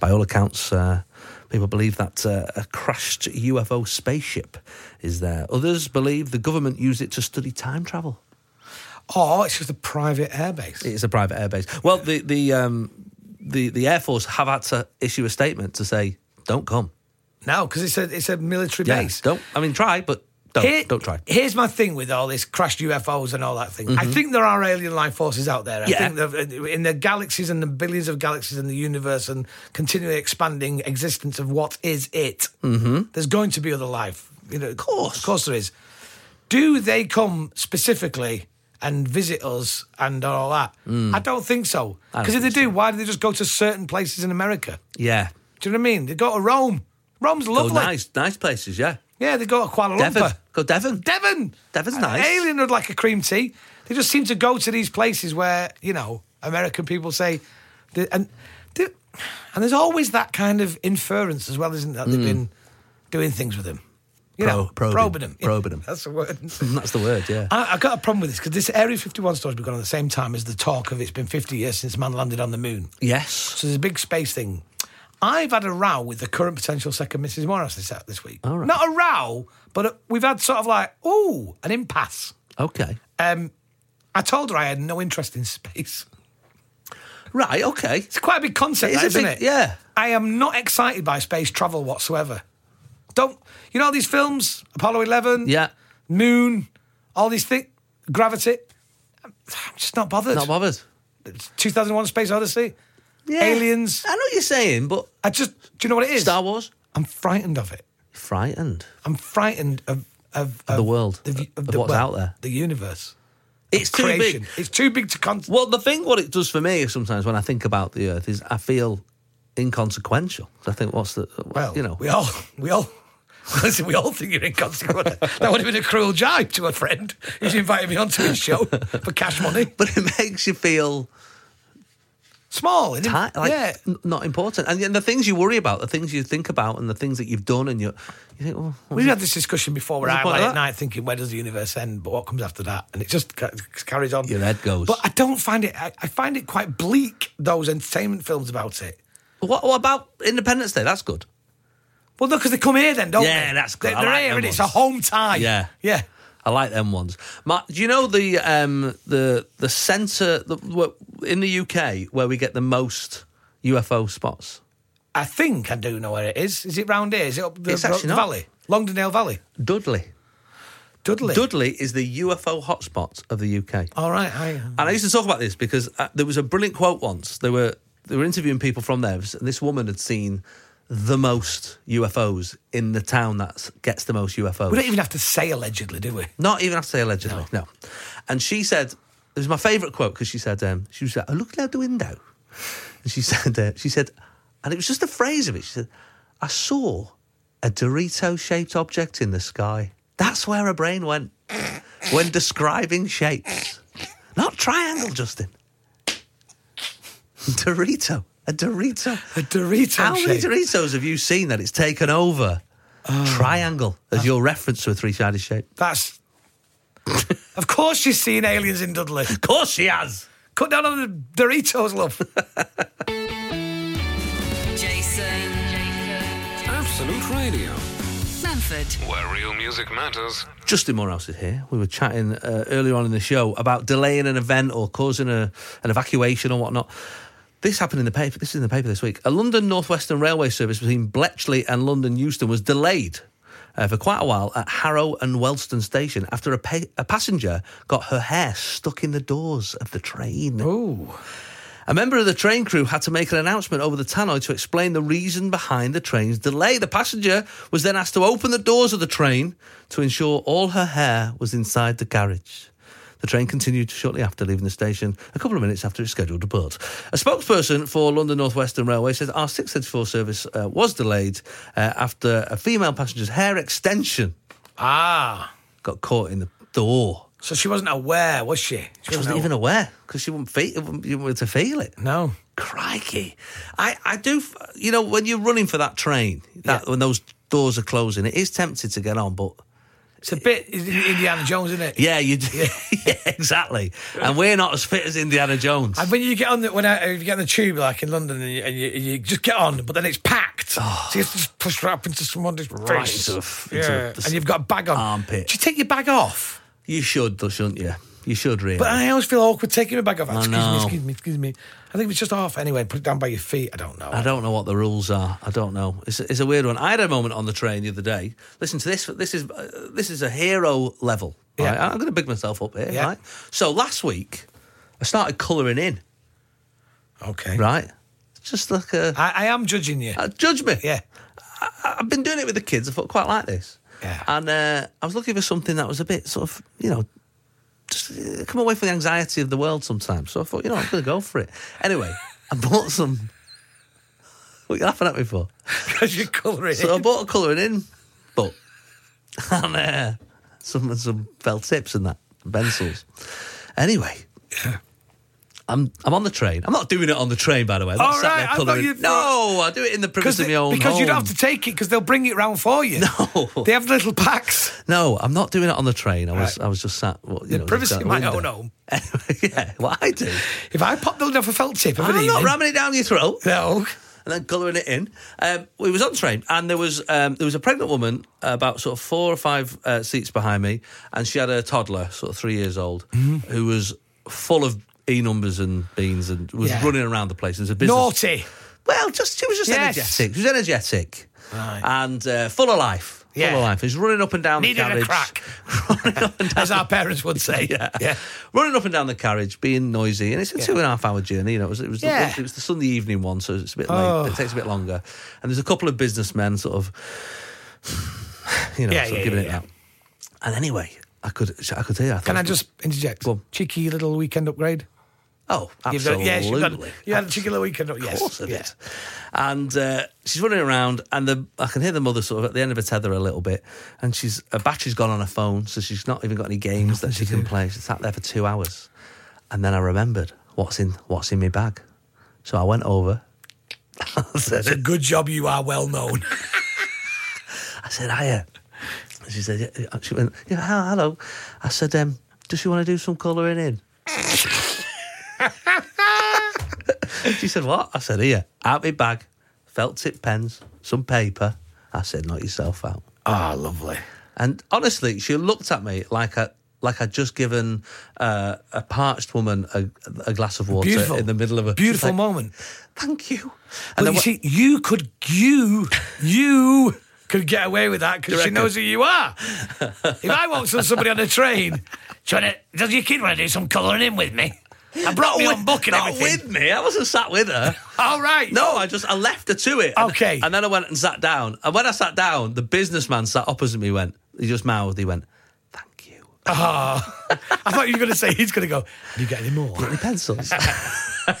S3: By all accounts, uh, people believe that uh, a crashed UFO spaceship is there. Others believe the government used it to study time travel.
S4: Or it's just a private airbase.
S3: It's a private airbase. Well, the the um, the the Air Force have had to issue a statement to say Don't come.
S4: No, because it's a it's a military
S3: Yeah,
S4: base.
S3: Don't. I mean, try, but don't.
S4: Here-
S3: Oh, don't try. Mm-hmm.
S4: Here's my thing with all this crashed UFOs and all that thing. I think there are alien life forces out there. I
S3: Yeah.
S4: think they've- uh, in the galaxies and the billions of galaxies in the universe and continually expanding existence of what is it. Mm-hmm. There's going to be other life. You know, of
S3: course.
S4: of course there is. Do they come specifically and visit us and all that? I don't think so.
S3: Mm. don't
S4: Because if they
S3: think
S4: do, why do they just go to certain places in America?
S3: Yeah.
S4: Do you know what I mean? They go to Rome. Rome's
S3: Go
S4: lovely.
S3: nice, nice places. Yeah.
S4: Yeah, they go to Kuala Lumpur.
S3: Devon. Go Devon.
S4: Devon.
S3: Devon's
S4: An
S3: nice.
S4: Alien would like a cream tea. They just seem to go to these places where you know American people say, the- and the- and there's always that kind of inference as well, isn't that they've been doing things with them, you
S3: Hmm. Pro-
S4: know,
S3: probing.
S4: them,
S3: Probing them.
S4: *laughs* That's the word.
S3: That's the word. Yeah.
S4: I, I've got a problem with this because this Area 51 story's been going on at the same time as the talk of it's been 50 years since man landed on the moon.
S3: yes.
S4: So there's a big space thing. I've had a row with the current potential second Mrs. Morris this, this week.
S3: All right.
S4: Not a row, but uh we've had sort of like, ooh, an impasse.
S3: Okay.
S4: Um, I told her I had no interest in space. *laughs*
S3: Right. Okay.
S4: It's quite a big concept,
S3: It is
S4: that,
S3: a
S4: isn't
S3: big-
S4: it?
S3: yeah.
S4: I am not excited by space travel whatsoever. Don't you know these films, Apollo Eleven,
S3: Yeah.
S4: Moon, all these things, Gravity. I'm just not bothered.
S3: Not bothered.
S4: 2001: Space Odyssey, Aliens.
S3: I know what you're saying, but
S4: I just, do you know what it is?
S3: Star Wars.
S4: I'm frightened of it.
S3: Frightened.
S4: I'm frightened of of,
S3: the world,
S4: the-
S3: of what's out there.
S4: the universe,
S3: It's too
S4: creation.
S3: big.
S4: It's too big to con-
S3: Well, the thing what it does for me sometimes when I think about the Earth is I feel inconsequential. I think what's the
S4: Well,
S3: you know
S4: we all, we all, *laughs* listen, we all think you're
S3: *laughs*
S4: inconsequential. that would have been a cruel jibe to a friend who's invited me onto his show for cash money.
S3: but it *laughs* makes you feel
S4: Small, isn't it?
S3: ti- like
S4: yeah.
S3: n- not important. And, and the things you worry about, the things you think about, and the things that you've done, and you you think, "Oh, well,
S4: We've had this discussion before where
S3: What's the point
S4: I'm like
S3: of
S4: at
S3: that?
S4: night thinking, where does the universe end? But what comes after that? And it just ca- carries on.
S3: Your head goes.
S4: But I don't find it, I, I find it quite bleak, those entertainment films about it.
S3: what, what about Independence Day? That's good.
S4: Well, no, because they come here then, don't they?
S3: Yeah, that's good.
S4: They're,
S3: I
S4: they're
S3: like
S4: here
S3: them
S4: and it's a
S3: ones.
S4: home tie.
S3: Yeah.
S4: Yeah.
S3: I like them ones. Ma do you know the um, the the centre the, wh- in the UK where we get the most UFO spots?
S4: I think I do know where it is. Is it round here? Is it up the,
S3: It's
S4: the
S3: actually not.
S4: valley? Longdendale Valley?
S3: Dudley.
S4: Dudley.
S3: Dudley is the UFO hotspot of the UK.
S4: All right. I,
S3: And I used to talk about this because uh, there was a brilliant quote once. They were they were interviewing people from there, and this woman had seen the most UFOs in the town that gets the most UFOs.
S4: we don't even have to say allegedly, do we?
S3: Not even have to say allegedly, no. And she said, it was my favourite quote because she said, um, she was like, I looked out the window. And she *laughs* said, uh, she said, and it was just the phrase of it. She said, I saw a Dorito shaped object in the sky. That's where her brain went *laughs* when describing shapes. Not triangle, Justin. *laughs* Dorito. A Dorito.
S4: A Dorito
S3: How many
S4: shape.
S3: Doritos have you seen that it's taken over? triangle as your reference to a three sided shape. *laughs*
S4: That's. of course, she's seen aliens in Dudley.
S3: Of course she has.
S4: Cut down on the
S3: *laughs*
S4: Doritos, love.
S1: Jason
S2: Absolute Radio,
S1: Manford.
S2: where real music matters.
S3: Justin Morehouse is here. We were chatting uh, earlier on in the show about delaying an event or causing a, an evacuation or whatnot. This happened in the paper. This is in the paper this week. A London North Western Railway service between Bletchley and London Euston was delayed uh, for quite a while at Harrow and Wellston station after a, pa- a passenger got her hair stuck in the doors of the train.
S4: Ooh.
S3: A member of the train crew had to make an announcement over the tannoy to explain the reason behind the train's delay. The passenger was then asked to open the doors of the train to ensure all her hair was inside the carriage. The train continued shortly after leaving the station, a couple of minutes after its scheduled depart. A spokesperson for London North Western Railway says our 634 service uh, was delayed uh, after a female passenger's hair extension
S4: Ah.
S3: got caught in the door.
S4: So she wasn't aware, was she?
S3: She wasn't even aware because she wouldn't, feel, wouldn't be able to feel it.
S4: No.
S3: Crikey, I, I do. f- You know, when you're running for that train, that
S4: Yeah.
S3: when those doors are closing, it is tempted to get on, but
S4: It's a bit it's Indiana Jones, isn't it?
S3: yeah, you, do- *laughs* yeah, exactly. And we're not as fit as Indiana Jones.
S4: And when you get on the when I, if you get on the tube like in London and you, and you, you just get on, but then it's packed, so you have to just push right up into someone's
S3: Right
S4: face,
S3: into the f- into
S4: yeah,
S3: the
S4: and you've got a bag on.
S3: armpit.
S4: Do you take your bag off?
S3: you should, though, shouldn't you? You should really.
S4: But I always feel awkward taking my bag off.
S3: I
S4: Excuse
S3: know.
S4: me, excuse me, excuse me. I think it was just off anyway. Put it down by your feet. I don't know.
S3: I don't know what the rules are. I don't know. It's, it's a weird one. I had a moment on the train the other day. Listen to this. This is uh, this is a hero level.
S4: Yeah.
S3: right? I'm going to big myself up here.
S4: Yeah.
S3: Right. So last week, I started colouring in.
S4: Okay.
S3: Right. Just like a
S4: I, I am judging you.
S3: uh, judge me.
S4: yeah. *laughs*
S3: I've been doing it with the kids. I thought quite like this.
S4: Yeah.
S3: And uh, I was looking for something that was a bit sort of, you know, just uh, come away from the anxiety of the world sometimes. So I thought, you know, I'm going to go for it. Anyway, I bought some. What are you laughing at me for?
S4: Because you're colouring.
S3: So I bought a colouring in book *laughs* and uh, some some felt tips and that pencils. Anyway, I'm I'm on the train. I'm not doing it on the train, by the way. I'm not
S4: All
S3: sat
S4: right,
S3: there
S4: I thought
S3: colouring.
S4: you thought-
S3: no, I do it in the
S4: because
S3: privacy of
S4: they-
S3: my own
S4: because you don't
S3: home.
S4: have to take it because they'll bring it round for you.
S3: *laughs* No.
S4: They have little packs.
S3: No, I'm not doing it on the train. I was
S4: Right.
S3: I was just sat. Well, you
S4: The
S3: know,
S4: privacy
S3: just
S4: of my
S3: out the *laughs* window.
S4: own home.
S3: Anyway, yeah, what
S4: *laughs*
S3: I do.
S4: If I pop those off a felt tip of an
S3: I'm
S4: evening,
S3: not ramming it down your throat
S4: no.
S3: and then colouring it in. Um, we was on train, and there was um, there was a pregnant woman about sort of four or five uh, seats behind me, and she had a toddler, sort of three years old,
S4: Mm-hmm.
S3: who was full of e numbers and beans and was
S4: Yeah.
S3: running around the place. It was a business.
S4: Naughty.
S3: Well, just she was just
S4: Yes.
S3: energetic. She was energetic
S4: Right.
S3: and uh, full of life. Full
S4: Yeah.
S3: of life. She's running up and down
S4: Needed
S3: the
S4: a
S3: carriage.
S4: crack.
S3: running up and down
S4: *laughs* As our parents would say.
S3: yeah.
S4: *laughs* yeah.
S3: Running up and down the carriage, being noisy, and it's a two and a half hour journey. You know, it was it was,
S4: Yeah.
S3: the, it was the Sunday evening one, so it's a bit
S4: Oh.
S3: late. It takes a bit longer. And there's a couple of businessmen sort of, *sighs* you know,
S4: Yeah,
S3: sort
S4: yeah,
S3: of giving
S4: yeah,
S3: it
S4: yeah.
S3: out. And anyway, I could I could hear. I
S4: Can
S3: thought-
S4: I just interject?
S3: Go on.
S4: Cheeky little weekend upgrade.
S3: Oh,
S4: You've done-
S3: absolutely.
S4: yes, you've done- you had a cheeky little weekend upgrade.
S3: Of
S4: Yes.
S3: course it
S4: yeah.
S3: is. And uh, she's running around, and the I can hear the mother sort of at the end of her tether a little bit, and she's her battery's gone on her phone, so she's not even got any games that she can play. She sat there for two hours, and then I remembered what's in what's in my bag, so I went over. *laughs* I
S4: It's a
S3: said,
S4: good job you are
S3: *laughs*
S4: well known.
S3: I said, hiya. And she said, yeah, yeah. she went, yeah, he- hello. I said, um, does she want to do some colouring in? *laughs* she said, what? I said, here, out my bag, felt tip pens, some paper. I said, knock yourself out.
S4: Ah, lovely.
S3: And honestly, she looked at me like I like I'd just given uh, a parched woman a, a glass of water
S4: Beautiful.
S3: in the middle of a
S4: beautiful
S3: She's like,
S4: moment.
S3: Thank you.
S4: But you
S3: wha-
S4: see, you could you you could get away with that because she
S3: reckon?
S4: knows who you are. if I walked on somebody on a train, trying to does your kid want to do some colouring in with me? I brought
S3: not
S4: me
S3: with-
S4: own book and
S3: not
S4: everything.
S3: with me. I wasn't sat with her.
S4: All right.
S3: No, I just I left her to it. And-
S4: Okay.
S3: And then I went and sat down. And when I sat down, the businessman sat opposite me went, he just mouthed, he went, Thank you.
S4: I thought you were going to say he's going to go. Do you get any more?
S3: Any pencils?
S1: Sunday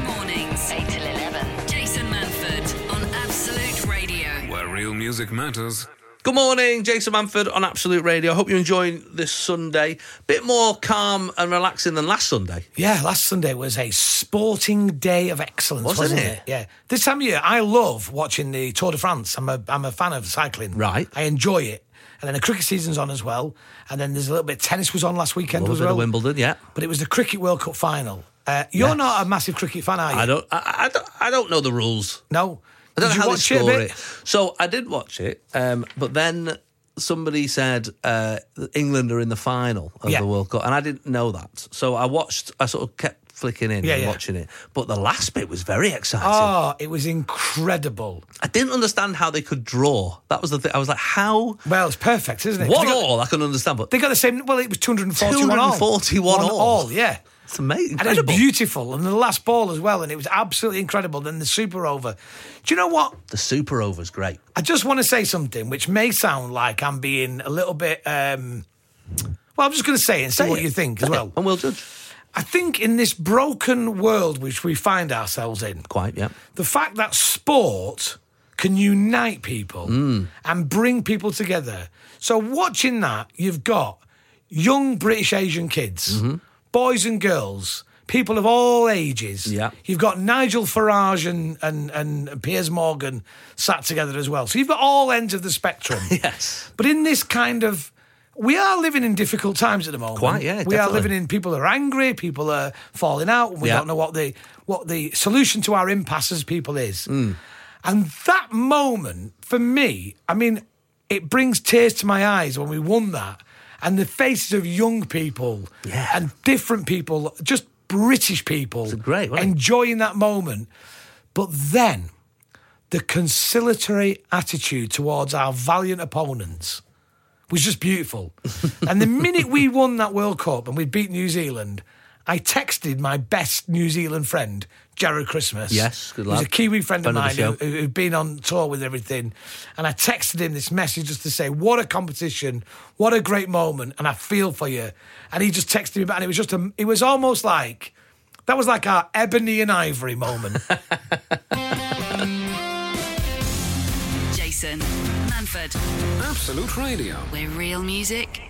S1: mornings, 8 till 11. Jason Manford on Absolute Radio.
S2: Where real music matters.
S3: Good morning, Jason Manford on Absolute Radio. I hope you're enjoying this Sunday. Bit more calm and relaxing than last Sunday.
S4: Yeah, last Sunday was a sporting day of excellence,
S3: Wasn't
S4: wasn't,
S3: it?
S4: it? Yeah. This time of year, I love watching the Tour de France. I'm a I'm a fan of cycling.
S3: Right.
S4: I enjoy it. And then the cricket season's on as well. And then there's a little bit tennis was on last weekend
S3: Love a
S4: as
S3: bit
S4: well.
S3: of Wimbledon, yeah.
S4: But it was the Cricket World Cup final. Uh, you're
S3: Yes.
S4: not a massive cricket fan, are you?
S3: I don't, I, I don't, I don't know the rules.
S4: No.
S3: I don't
S4: Did
S3: know how
S4: you
S3: they
S4: watch it a
S3: score
S4: bit?
S3: it. So I did watch it, um, but then somebody said uh, England are in the final of
S4: Yeah.
S3: the World Cup, and I didn't know that. So I watched. I sort of kept flicking in
S4: Yeah,
S3: and
S4: yeah.
S3: watching it, but the last bit was very exciting.
S4: Oh, it was incredible.
S3: I didn't understand how they could draw. That was the thing. I was like, how?
S4: Well, it's perfect, isn't it? 'Cause
S3: One
S4: they got-
S3: all, I can understand, but
S4: They got the same. Well, it was 241 all.
S3: 241
S4: One
S3: all.
S4: all, yeah.
S3: it's amazing,
S4: And it
S3: incredible.
S4: was beautiful. And the last ball as well. And it was absolutely incredible. Then the super over. Do you know what?
S3: the super over's great.
S4: I just want to say something which may sound like I'm being a little bit. Um, well, I'm just going to say it and see
S3: Say
S4: what
S3: it.
S4: you think as
S3: Say it,
S4: well.
S3: and we'll judge.
S4: I think in this broken world which we find ourselves in,
S3: Quite, yeah.
S4: the fact that sport can unite people and bring people together. So watching that, you've got young British Asian kids, boys and girls, people of all ages.
S3: Yeah.
S4: You've got Nigel Farage and, and, and Piers Morgan sat together as well. So you've got all ends of the spectrum.
S3: Yes.
S4: But in this kind of we are living in difficult times at the moment.
S3: Quite, yeah,
S4: We are
S3: definitely.
S4: living in people are angry, people are falling out, and we
S3: Yeah.
S4: don't know what the what the solution to
S3: Hmm.
S4: our impasse as people is. And that moment for me, I mean, it brings tears to my eyes when we won that. And the faces of young people
S3: Yeah.
S4: and different people, just British people,
S3: great, wasn't it?
S4: enjoying that moment. But then the conciliatory attitude towards our valiant opponents was just
S3: *laughs*
S4: beautiful. and the minute we won that World Cup and we beat New Zealand, I texted my best New Zealand friend, Jared Christmas.
S3: Yes, good
S4: He's a
S3: lad.
S4: Kiwi friend of
S3: Friend of
S4: mine
S3: the
S4: who,
S3: show.
S4: who- who'd been on tour with everything. And I texted him this message just to say, what a competition, what a great moment, and I feel for you. And he just texted me back, and it was just, a, it was almost like, that was like our ebony and ivory
S3: *laughs*
S4: moment.
S1: Jason Manford,
S2: Absolute Radio.
S1: where real music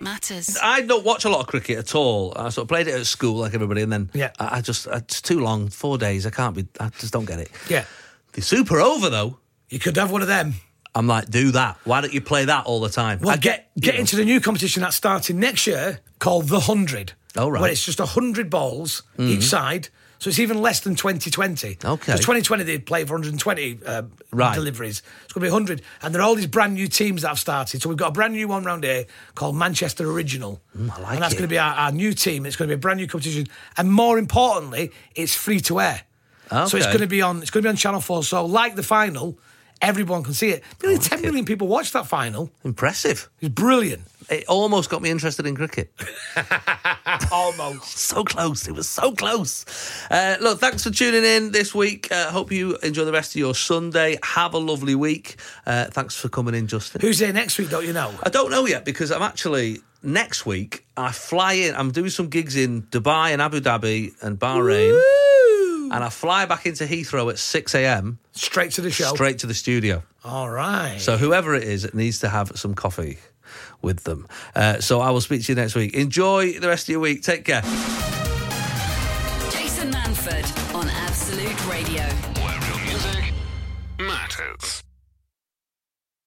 S1: matters.
S3: I don't watch a lot of cricket at all. I sort of played it at school like everybody, and then
S4: Yeah.
S3: I, I just it's too long, four days. I can't be. I just don't get it.
S4: yeah.
S3: The Super Over though,
S4: You could have one of them.
S3: I'm like, do that. Why don't you play that all the time?
S4: Well,
S3: I
S4: get
S3: you
S4: get
S3: know.
S4: into the new competition that's starting next year called the Hundred.
S3: Oh, right. Mm-hmm.
S4: Where it's just hundred balls each side, so it's even less than 2020.
S3: Okay.
S4: Because 2020 they play for 120 uh,
S3: Right.
S4: deliveries. It's going to be 100, and there are all these brand new teams that have started. So we've got a brand new one round here called Manchester Original.
S3: Mm, I like
S4: and that's
S3: it.
S4: going to be our, our new team. It's going to be a brand new competition, and more importantly, it's free to air. So it's
S3: Okay.
S4: going to be on. It's going to be on Channel Four. So like the final, everyone can see it. Nearly 10 million people watched that final.
S3: impressive.
S4: It's brilliant.
S3: It almost got me interested in cricket. *laughs*
S4: Almost.
S3: so close. It was so close. Uh, look, thanks for tuning in this week. Uh, hope you enjoy the rest of your Sunday. Have a lovely week. Uh, thanks for coming in, Justin.
S4: Who's there next week, don't you know?
S3: I don't know yet because I'm actually next week. I fly in. I'm doing some gigs in Dubai and Abu Dhabi and Bahrain, and I fly back into Heathrow at 6 a.m.
S4: Straight to the show.
S3: straight to the studio.
S4: All right.
S3: So whoever it is, it needs to have some coffee with them. Uh, so I will speak to you next week. Enjoy the rest of your week. Take care.
S1: Jason Manford on Absolute Radio.
S2: Where real music matters.